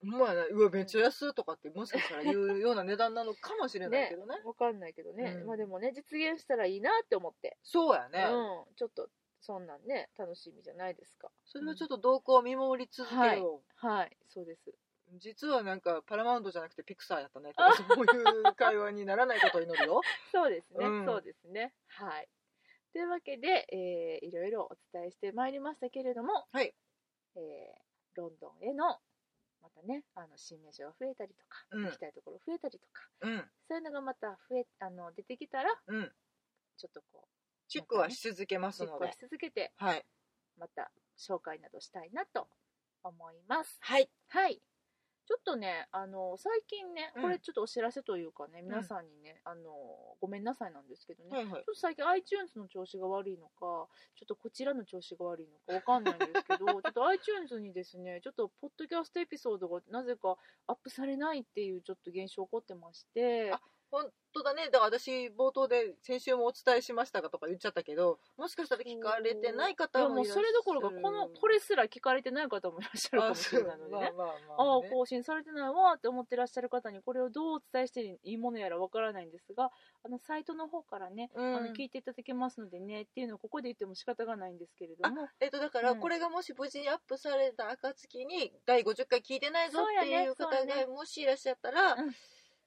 ほんまやな、うわ、めっちゃ安いとかって、もしかしたら言うような値段なのかもしれないけど ね。
わかんないけどね、
うん
まあでもね実現したらいいなって思って、
そうやね、
うん、ちょっとそんなんね楽しみじゃないですか
それをちょっと動向を見守り続けよう。
はいはいそうです
実はなんか、パラマウンドじゃなくてピクサーやったねとか、そういう会話にならないことを祈るよ。
そうですね、
うん
そうですねはいというわけで、えーいろいろお伝えしてまいりましたけれども、
はい
えーロンドンへのまたねあの新名所が増えたりとか、
うん
行きたいところ増えたりとか
うん、
そういうのがまた増えあの出てきたら
うん。
ちょっとこう
チェックはし続けます
実
の
行
で
し。続けて
はい。
また紹介などしたいなと思います。
はい。
はい。ちょっとね、あの、最近ね、
うん
これちょっとお知らせというかね、
ん
皆さんにね、あの、ごめんなさいなんですけどね、
はいはい
ちょっと最近 iTunes の調子が悪いのか、ちょっとこちらの調子が悪いのかわかんないんです けど、ちょっと iTunes にですね、ちょっとポッドキャストエピソードがなぜかアップされないっていうちょっと現象起こってまして
あ、本当だね。だから私、冒頭で先週もお伝えしましたがとか言っちゃったけど、もしかしたら聞かれてない
いや
方も
も
いうらっしゃ
そ
る。
れどころか、この、これすら聞かれてない方もいらっしゃるかも
あ
し
そう
れないのでね。
まあまあま
あ
あ
あ、
ね
更新されてないわーって思ってらっしゃる方にこれをどうお伝えしていいものやらわからないんですがあのサイトの方からね、
うん
あの聞いていただけますのでねっていうのをここで言っても仕方がないんですけれども
えっと、だか
う
ら、
ん
これがもし無事にアップされた暁に、第50回聞いてないぞ
そうや
っ
ね
ていう方
そうやね
がもしいらっしゃったら、
うん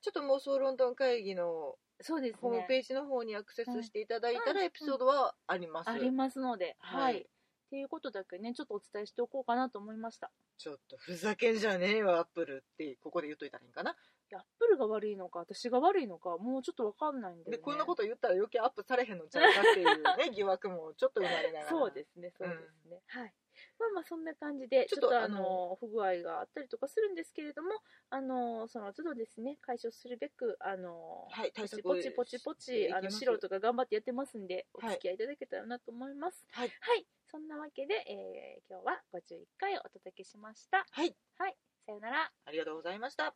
ちょっと妄想ロンドン会議の
そうですね
ホームページの方にアクセスしていただいた
うん
ら、エピソードはあります。
ありますのでは、
はいい
っていうことだけねちょっとお伝えしておこうかなと思いました
ちょっと、ふざけんじゃねえわ、アップルって、ここで言っといたらいいんかな。
いやアップルが悪いのか私が悪いのかもうちょっとわかんないんだよね
で、こんなこと言ったら余計アップされへんのちゃうかっていう ね、疑惑もちょっと生まれながら。
そうですね、そうですね。はい。まあまあそんな感じで、ち
ち
ょっと
ょっと
あの、不具合があったりとかするんですけれども、あの、その都度ですね、解消するべく、あの、
はい、
ポ
対
チ
策
ポチポチポ
してい
チ、
き
あの、
ます
素人が頑張ってやってますんで、お付き合いいただけたらなと思います。
はい
はい。そんなわけで、えー今日は51回お届けしました。
はい。
はい。さよなら。
ありがとうございました。